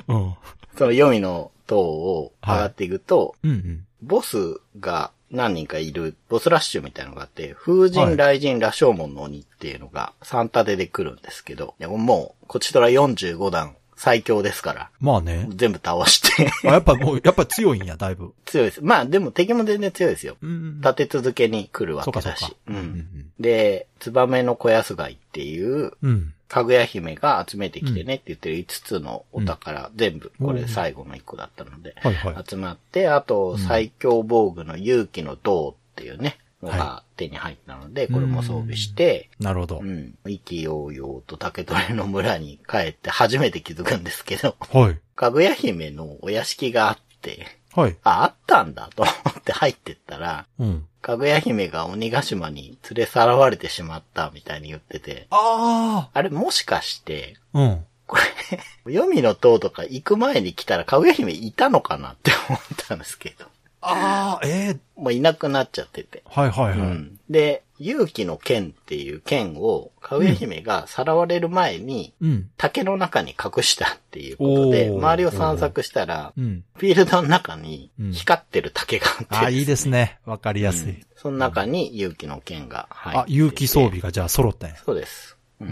B: うん。
C: その4位の塔を上がっていくと、
B: うんうん。
C: ボスが何人かいる、ボスラッシュみたいなのがあって、風神、雷神、羅生門の鬼っていうのが3立てで来るんですけど、でももう、こちとら45段最強ですから、
B: まあね。
C: 全部倒して、
B: あ、やっぱもう、やっぱ強いんや、だいぶ。
C: 強いです。まあでも敵も全然強いですよ。
B: うん。
C: 立て続けに来るわ
B: そうか
C: け
B: そう
C: だし
B: か。。
C: う。
B: うんん
C: で、ツバメの小安貝っていう、
B: うん。うん。
C: かぐや姫が集めてきてねって言ってる5つのお宝、全部、これ最後の1個だったので、
B: はいはい。
C: 集まって、あと最強防具の勇気の銅っていうね、のが
B: は
C: 手に入ったので、これも装備して、
B: なるほど
C: う。ん、意気揚々と竹取の村に帰って初めて気づくんですけど、
B: はい。
C: かぐや姫のお屋敷があって、
B: はい。
C: あ、あったんだと思って入ってったら、
B: うん。
C: かぐや姫が鬼ヶ島に連れさらわれてしまったみたいに言ってて、
B: あ
C: あれもしかして、
B: あうん。
C: これ、黄泉の塔とか行く前に来たらかぐや姫いたのかなって思ったんですけど、
B: ああええ
C: もういなくなっちゃってて。
B: はいは
C: う
B: いはい。
C: ん、で、勇気の剣っていう剣を、かぐや姫がさらわれる前に、
B: うん。
C: 竹の中に隠したっていうことで、
B: おー
C: 周りを散策したら、
B: うん。
C: フィールドの中に
B: うん
C: 光ってる竹があって、
B: あ あいいですね。わかりやすい。
C: その中に勇気の剣が入って
B: あ
C: い、て
B: 有機装備がじゃあ揃ったんや。
C: そうです。う。
B: うん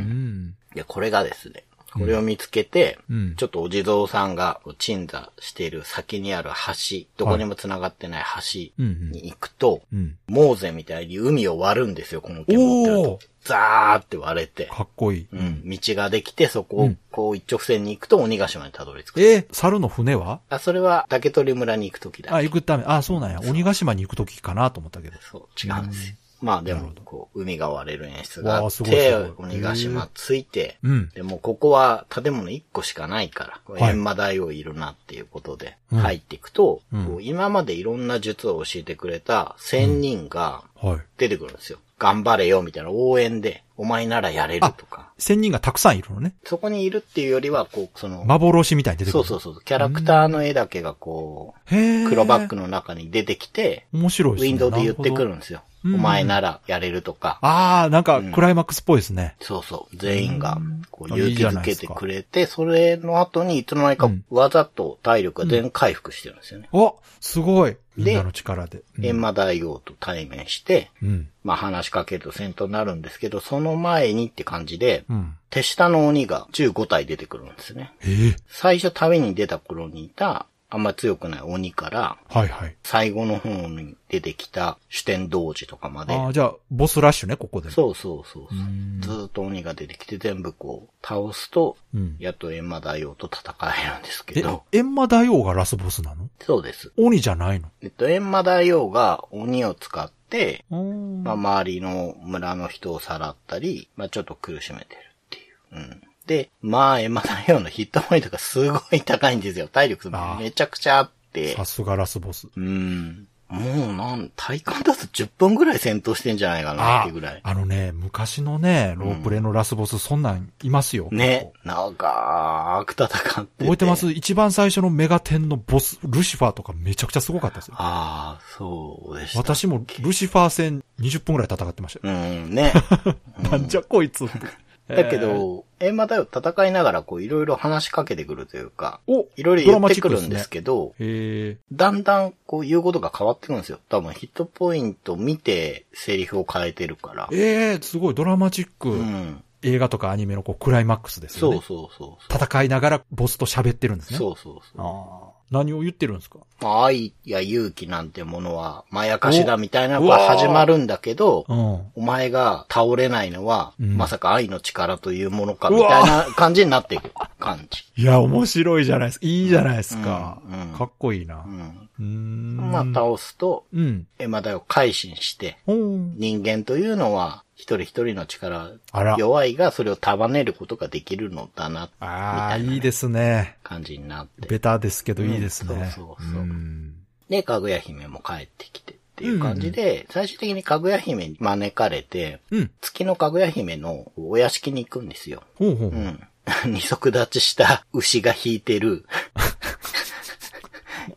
B: ん。
C: いや、これがですね、これを見つけて、
B: うん。
C: ちょっとお地蔵さんがこう鎮座している先にある橋、どこにも繋がってない橋
B: うん
C: に行くと、
B: うん。うん。
C: モーゼみたいに海を割るんですよ、この剣持ってる
B: お
C: と
B: お。
C: ザーって割れて、
B: かっこいい。
C: うん、道ができて、そこ
B: う
C: を
B: ん
C: こう一直線に行くと鬼ヶ島にたどり着く。
B: ええ猿の船は
C: あ、それは竹取村に行くときだ。
B: あ、行くため、あ、そうなんや。鬼ヶ島に行くときかなと思ったけど。
C: そう、違うんですよ。まあで
B: なる
C: も
B: ほど、
C: こう、海が割れる演出があ
B: わあ
C: っ
B: すごいす
C: て、
B: ごい
C: 鬼ヶ島ついて、
B: うん。
C: でもここは建物1個しかないから、こう
B: はい
C: 閻魔大王いるなっていうことで、
B: うん
C: 入っていくと、
B: うん
C: こう今までいろんな術を教えてくれた仙人が
B: はい。
C: 出てくるんですよ。頑張れよみたいな応援で、お前ならやれるとか。
B: 仙人がたくさんいるのね。
C: そこにいるっていうよりは、こう、その、
B: 幻みたいに出てく
C: そう
B: る。
C: そううそう、キャラクターの絵だけがこう、
B: そう。へえ。
C: 黒バッグの中に出てきて、
B: 面白い
C: ウ
B: ですね。
C: ィンドウで言ってく
B: な
C: る
B: ほ
C: んですよ。
B: うん
C: お前ならやれるとか、
B: ああ、なんかクライマックスっぽいですね。
C: そうそう、全員がこう
B: あい
C: 勇
B: い
C: 気
B: じゃな
C: づ
B: いで
C: け
B: す
C: て
B: か
C: くれて、それの後にいつの間にか
B: うん
C: わざと体力が全回復してるんですよね。
B: おすごいみ
C: で
B: んなの力で。うん
C: 閻魔大王と対面して、
B: うん。
C: まあ話しかけると戦闘になるんですけど、その前にって感じで、
B: うん。
C: 手下の鬼が15体出てくるんですね。
B: ええ
C: 最初旅に出た頃にいた、あんま強くない鬼から、
B: はいはい。
C: 最後の方に出てきた主天童子とかまで、
B: ああ、じゃあ、ボスラッシュね、ここで。
C: そうそうそうそう
B: う。ん
C: ずーっと鬼が出てきて全部こう、倒すと、
B: うん。
C: やっと閻魔大王と戦えるんですけ
B: え
C: ど、、
B: エンマ大王がラスボスなの
C: そうです。
B: 鬼じゃないの
C: えっと、閻魔大王が鬼を使って、
B: うん
C: まあ、周りの村の人をさらったり、まあ、ちょっと苦しめてるっていう。うん。で、まあ、エマ大王のヒットポイントがすごい高いんですよ。体力
B: あー
C: めちゃくちゃあって
B: さ。すがラスボス。
C: うん。もうなん、体感だと10分ぐらい戦闘してんじゃないかなっ
B: あ
C: ていうぐらい。
B: あのね、昔のね、ロープレのラスボス、そんなんいますよ。
C: ね。長く戦ってて。
B: 覚えてます一番最初のメガテンのボス、ルシファーとかめちゃくちゃすごかったですよ。
C: ああ、そうでした。
B: 私もルシファー戦20分ぐらい戦ってましたよ。
C: うん、 ね。
B: なんじゃこいつ。
C: だけど、エマ大王戦いながらこう、いろいろ話しかけてくるというか、
B: お、
C: いろいろ言ってくるんですけど、
B: ドラマチックですね。へえ。
C: だんだんこう言うことが変わってくるんですよ。多分ヒットポイント見てセリフを変えてるから。
B: ええすごいドラマチック。
C: うん。
B: 映画とかアニメのこうクライマックスですよ
C: そ
B: ね。
C: うそうそうそう。
B: 戦いながらボスと喋ってるんですね。
C: そうそうそう。
B: ああ。何を言ってるんですか
C: まあ愛や勇気なんてものは、まやかしだみたいなのが始まるんだけど、
B: うん。
C: お前が倒れないのは、
B: うん
C: まさか愛の力というものか、みたいな感じになっていく感じ。
B: いや、面白いじゃないですか。いいじゃないですか。
C: うんうん
B: かっこいいな
C: う。ん。
B: うーん。
C: まあ、倒すと、
B: うん。
C: エマ大を改心して、
B: ほん。
C: 人間というのは、一人一人の力、
B: あら。
C: 弱いがそれを束ねることができるのだな、
B: ああ、
C: みたいない
B: いですね。
C: 感じになって。
B: ベタですけどいいですね。
C: うんそうそうそうんで、かぐや姫も帰ってきてっていう感じで、最終的にかぐや姫に招かれて、
B: うん。
C: 月のかぐや姫のお屋敷に行くんですよ。
B: ほうほう
C: う
B: ほう。
C: ん。 二足立ちした牛が引いてる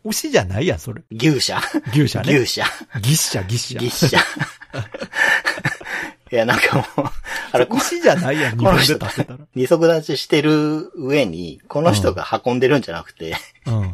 B: 牛じゃないやん、それ。
C: 牛舎。
B: 牛舎ね。
C: 牛舎。
B: 牛舎、牛舎。
C: 牛舎。いや、なんかもう、あれ、こ
B: 牛じゃないやん、日本で立てたら。
C: 二足立ちしてる上に、この人が運んでるんじゃなくて、
B: う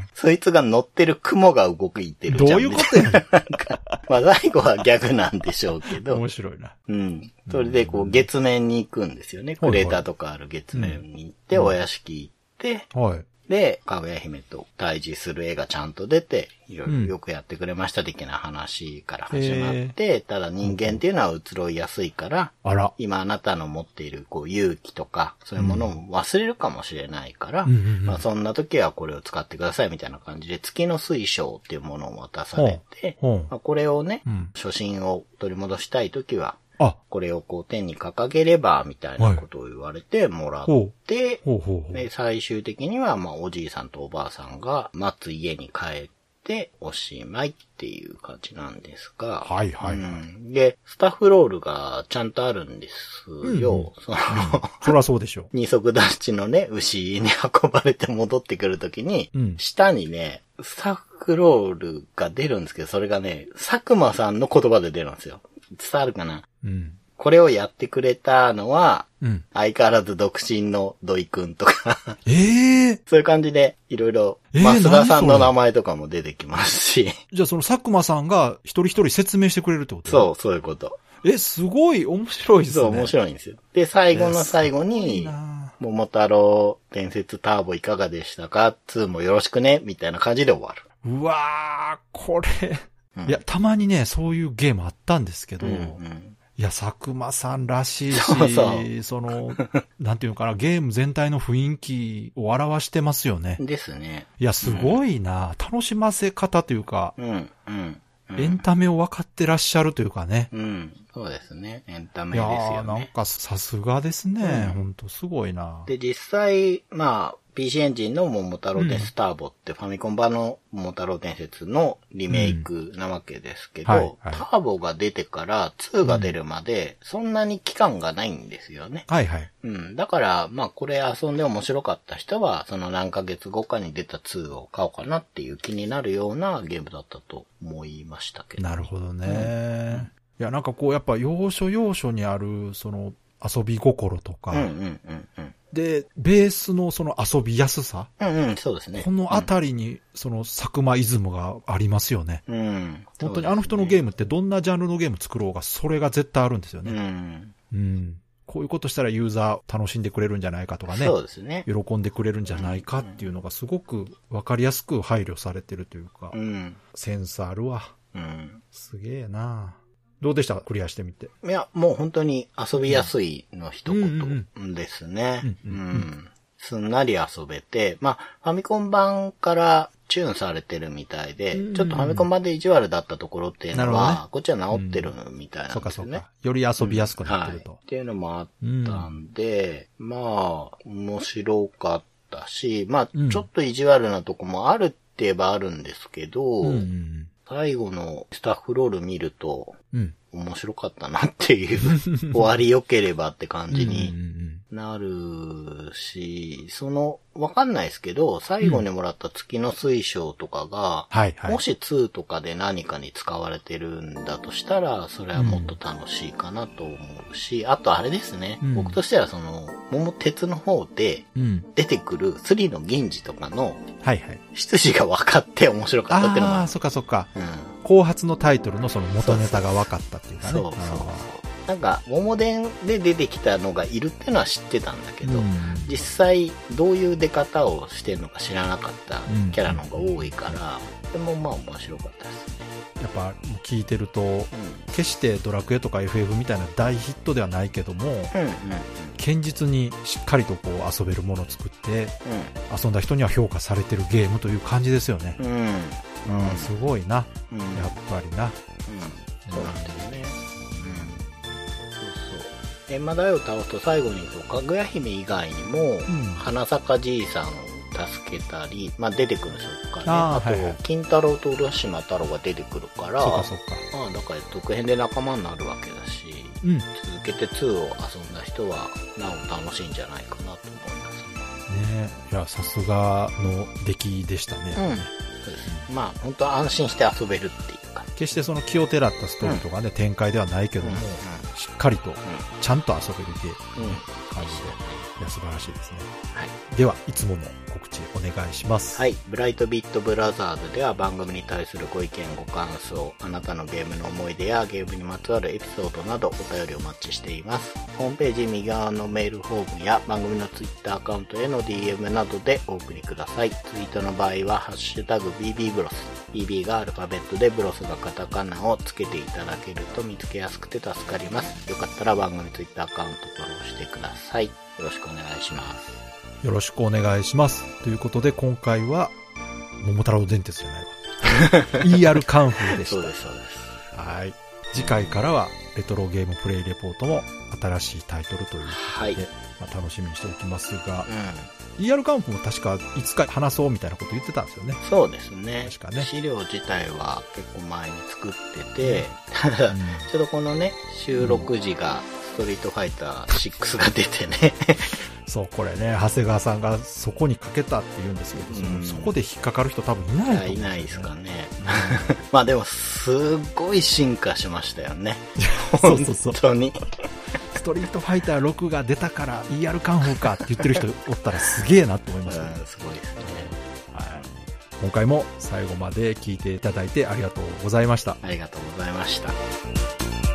C: そいつが乗ってる雲が動いて
B: ん。
C: る
B: ど
C: じゃん。
B: ういうこ
C: み
B: とやね
C: たいななん か、まあ、最後はギャグなんでしょうけ
B: ん。
C: ど、
B: 面白いな。
C: うん。それで、こう、月面に行くんですよ
B: は
C: ね。
B: い
C: ク
B: はい
C: レーターとかある月面に行って、お屋敷行って、
B: はい。
C: で、かぐや姫と対峙する絵がちゃんと出て、いろいろ
B: うん
C: よくやってくれました的な話から始まって、ただ人間っていうのは移ろいやすいから、
B: あら。
C: 今あなたの持っているこう勇気とか、そういうものを忘れるかもしれないから、
B: うんうんうん
C: まあそんな時はこれを使ってくださいみたいな感じで、月の水晶っていうものを渡されて、
B: ほう
C: まあ、これをね、
B: うん。
C: 初心を取り戻したい時は、
B: あ、
C: これをこう天に掲げれば、みたいなことを言われてもらって、
B: ほうほうほう。
C: で、最終的には、まあ、おじいさんとおばあさんが待つ家に帰って、おしまいっていう感じなんですが。
B: はいはいはい
C: うんで、スタッフロールがちゃんとあるんですよ。その、
B: そりゃそうでしょ
C: 二足立ちのね、牛に運ばれて戻ってくるときに、
B: うん
C: 下にね、スタッフロールが出るんですけど、それがね、佐久間さんの言葉で出るんですよ。伝わるかな
B: う。うん。
C: これをやってくれたのは、
B: うん。
C: 相変わらず独身の土井くんとか、
B: ええ
C: そういう感じで、いろいろ、
B: えー
C: 増田さ
B: 何そ
C: んの
B: れ
C: 名前とかも出てきますし、
B: じゃあその佐久間さんが一人一人説明してくれるってこと
C: そう、そういうこと。
B: う。え、すごい面白いですね。
C: そう、面白いんですよ。で、最後の最後
B: いい
C: に、
B: な
C: 桃太郎伝説ターボいかがでしたか ?2 もよろしくねみたいな感じで終わる。
B: うわー、これ。
C: うん
B: いや、たまにね、そういうゲームあったんですけど、
C: うん
B: いや、佐久間さんらしいし、
C: そうそう
B: その、なんていうのかな、ゲーム全体の雰囲気を表してますよね
C: うん。。ですね。
B: いや、すごいな、楽しませ方というか、
C: うん、うん。うん
B: エンタメを分かってらっしゃるというかね。
C: うん。そうですね。エンタ
B: い
C: メで
B: や
C: す
B: ー、
C: よ
B: なん
C: ね。
B: かさすがですね。
C: うん
B: ほんとすごいな。
C: で、実際、まあ、PC エンジンの桃太郎伝説ターボって、ファミコン版の桃太郎伝説のリメイクなわけですけど、
B: うんはいはい
C: ターボが出てから2が出るまで、そんなに期間がないんですよね。
B: はいはい。
C: うん。だから、まあ、これ遊んで面白かった人は、その何ヶ月後かに出た2を買おうかなっていう気になるようなゲームだったと思いましたけど。
B: なるほどね。いや、なんかこう、やっぱ要所要所にある、その、遊び心とか、
C: うんうんうんうん。
B: で、ベースのその遊びやすさ、
C: うんうん、そうですね。
B: このあたりに、その、佐久間イズムがありますよね。
C: うん、うん。
B: 本当にあの人の
C: ー
B: ゲームってどんなジャンルのゲーム作ろうが、それが絶対あるんですよね。
C: うん。
B: うん。こういうことしたらユーザー楽しんでくれるんじゃないかとかね。
C: そうですね。
B: 喜んでくれるんじゃないかっていうのがすごくわかりやすく配慮されてるというか
C: う、ん。
B: センスあるわ。
C: うん。
B: すげえなどうでしたクリアしてみて。
C: いや、もう本当に遊びやすいの一
B: うん
C: 言ですね。
B: う
C: うん
B: うんうん
C: ん。すんなり遊べて、まあ、ファミコン版からチューンされてるみたいで、
B: うん
C: ちょっとファミコン版で意地悪だったところっていう
B: なる
C: の
B: ほど
C: は、
B: ね
C: こっちは治ってるみたいな
B: そう
C: ん
B: か
C: です
B: そ
C: よ
B: う
C: ね。
B: か。より遊びやすくなっ
C: は
B: て
C: い。
B: る
C: っ
B: と。
C: ていうのもあったんで、まあ、面白かったし、まあ
B: うん、
C: ちょっと意地悪なとこもあるって言えばあるんですけど、
B: うんうん
C: 最後のスタッフロール見ると、
B: うん。うん。
C: 面白かったなっていう、 終わり良ければって感じ
B: う
C: に
B: んうん
C: なるし、その、わかんないですけど、最後にもらった月の水晶とかが、
B: はいはい。
C: もし2とかで何かに使われてるんだとしたら、それはもっと楽しいかなと思うし、あとあれですね、
B: うん
C: 僕としてはその、桃鉄の方で
B: うん。
C: 出てくる3の銀次とかの
B: はいはい。
C: 出自が分かって面白かったっていうのも
B: あ
C: あ
B: あ、
C: る。
B: そっかそっか。
C: うん
B: 後発のタイトルのその元ネタが分かったっていうかね。
C: そうそうそう。なんか、桃伝で出てきたのがいるってのは知ってたんだけ
B: う
C: ど、
B: ん
C: 実際どういう出方をしてるのか知らなかった
B: うん
C: キャラの方が多いから、でもまあ面白かったですね。
B: やっぱ聞いてると、決してドラクエとか FF みたいな大ヒットではないけども、
C: うん。うんうん
B: 堅実にしっかりとこう遊べるものを作って、
C: う
B: 遊んだ人には評価されてるゲームという感じですよね。
C: ん。うん。
B: うん、すごいな。
C: うん。うん。
B: やっぱりな。
C: そうなんだよね。うん。そうそう。エンマ大王を倒すと最後にこう、かぐや姫以外にも、
B: ん
C: 花坂じいさんを助けたり、まあ出てくるでしょうからね。
B: あ
C: あ
B: ー
C: と、
B: はいはい
C: 金太郎と浦島太郎が出てくるから、
B: そうかそうか。
C: まあだから続編で仲間になるわけだし
B: うん。ね
C: 続けて2を遊んだ人はなお楽しいんじゃないかなと思います
B: いや、さすがの出来でしたね。
C: うんそうですまあ本当安心して遊べるっていうか
B: 決してその気をてらったストーリーとかね、展開ではないけども、しっかりと、ちゃんと遊べるゲーム
C: うんうん
B: 感じで、いや、素晴らしいですね。
C: はい
B: では、いつもの告知お願いします。
C: はい。ブライトビットブラザーズでは番組に対するご意見、ご感想、あなたのゲームの思い出やゲームにまつわるエピソードなどお便りをお待ちしています。ホームページ右側のメールフォームや番組のツイッターアカウントへの DM などでお送りください。ツイートの場合は、ハッシュタグ BB ブロス。BB がアルファベットでブロスがカタカナをつけていただけると見つけやすくて助かります。よかったら番組ツイッターアカウントフォローしてください。よろしくお願いします。
B: よろしくお願いします。ということで、今回は、桃太郎電鉄じゃないわ。ER カンフーでし
C: そう
B: た
C: で。す、そうです。
B: はい。次回からは、レトロゲームプレイレポートも新しいタイトルという
C: はい。うん
B: で。まあ、楽しみにしておきますが、ER カンフーも確かいつか話そうみたいなこと言ってたんですよね。
C: そうですね
B: 確かね
C: 資料自体は結構前に作ってて、ちょうどこのね、収録時が、ストリートファイター6が出てね。
B: そう、これね、長谷川さんがそこにかけたって言うんですけど、その
C: うん
B: そこで引っかかる人多分いないと思うん
C: い
B: よ
C: ないですか。ね。まあでも、すごい進化しましたよね。
B: そうそうそう
C: 本当に。
B: ストリートファイター6が出たから ER カンフーかって言ってる人おったらすげえなと思い
C: うん、
B: ますすね。
C: ごいですね。
B: はい今回も最後まで聞いていただいてありがとうございました。
C: ありがとうございました。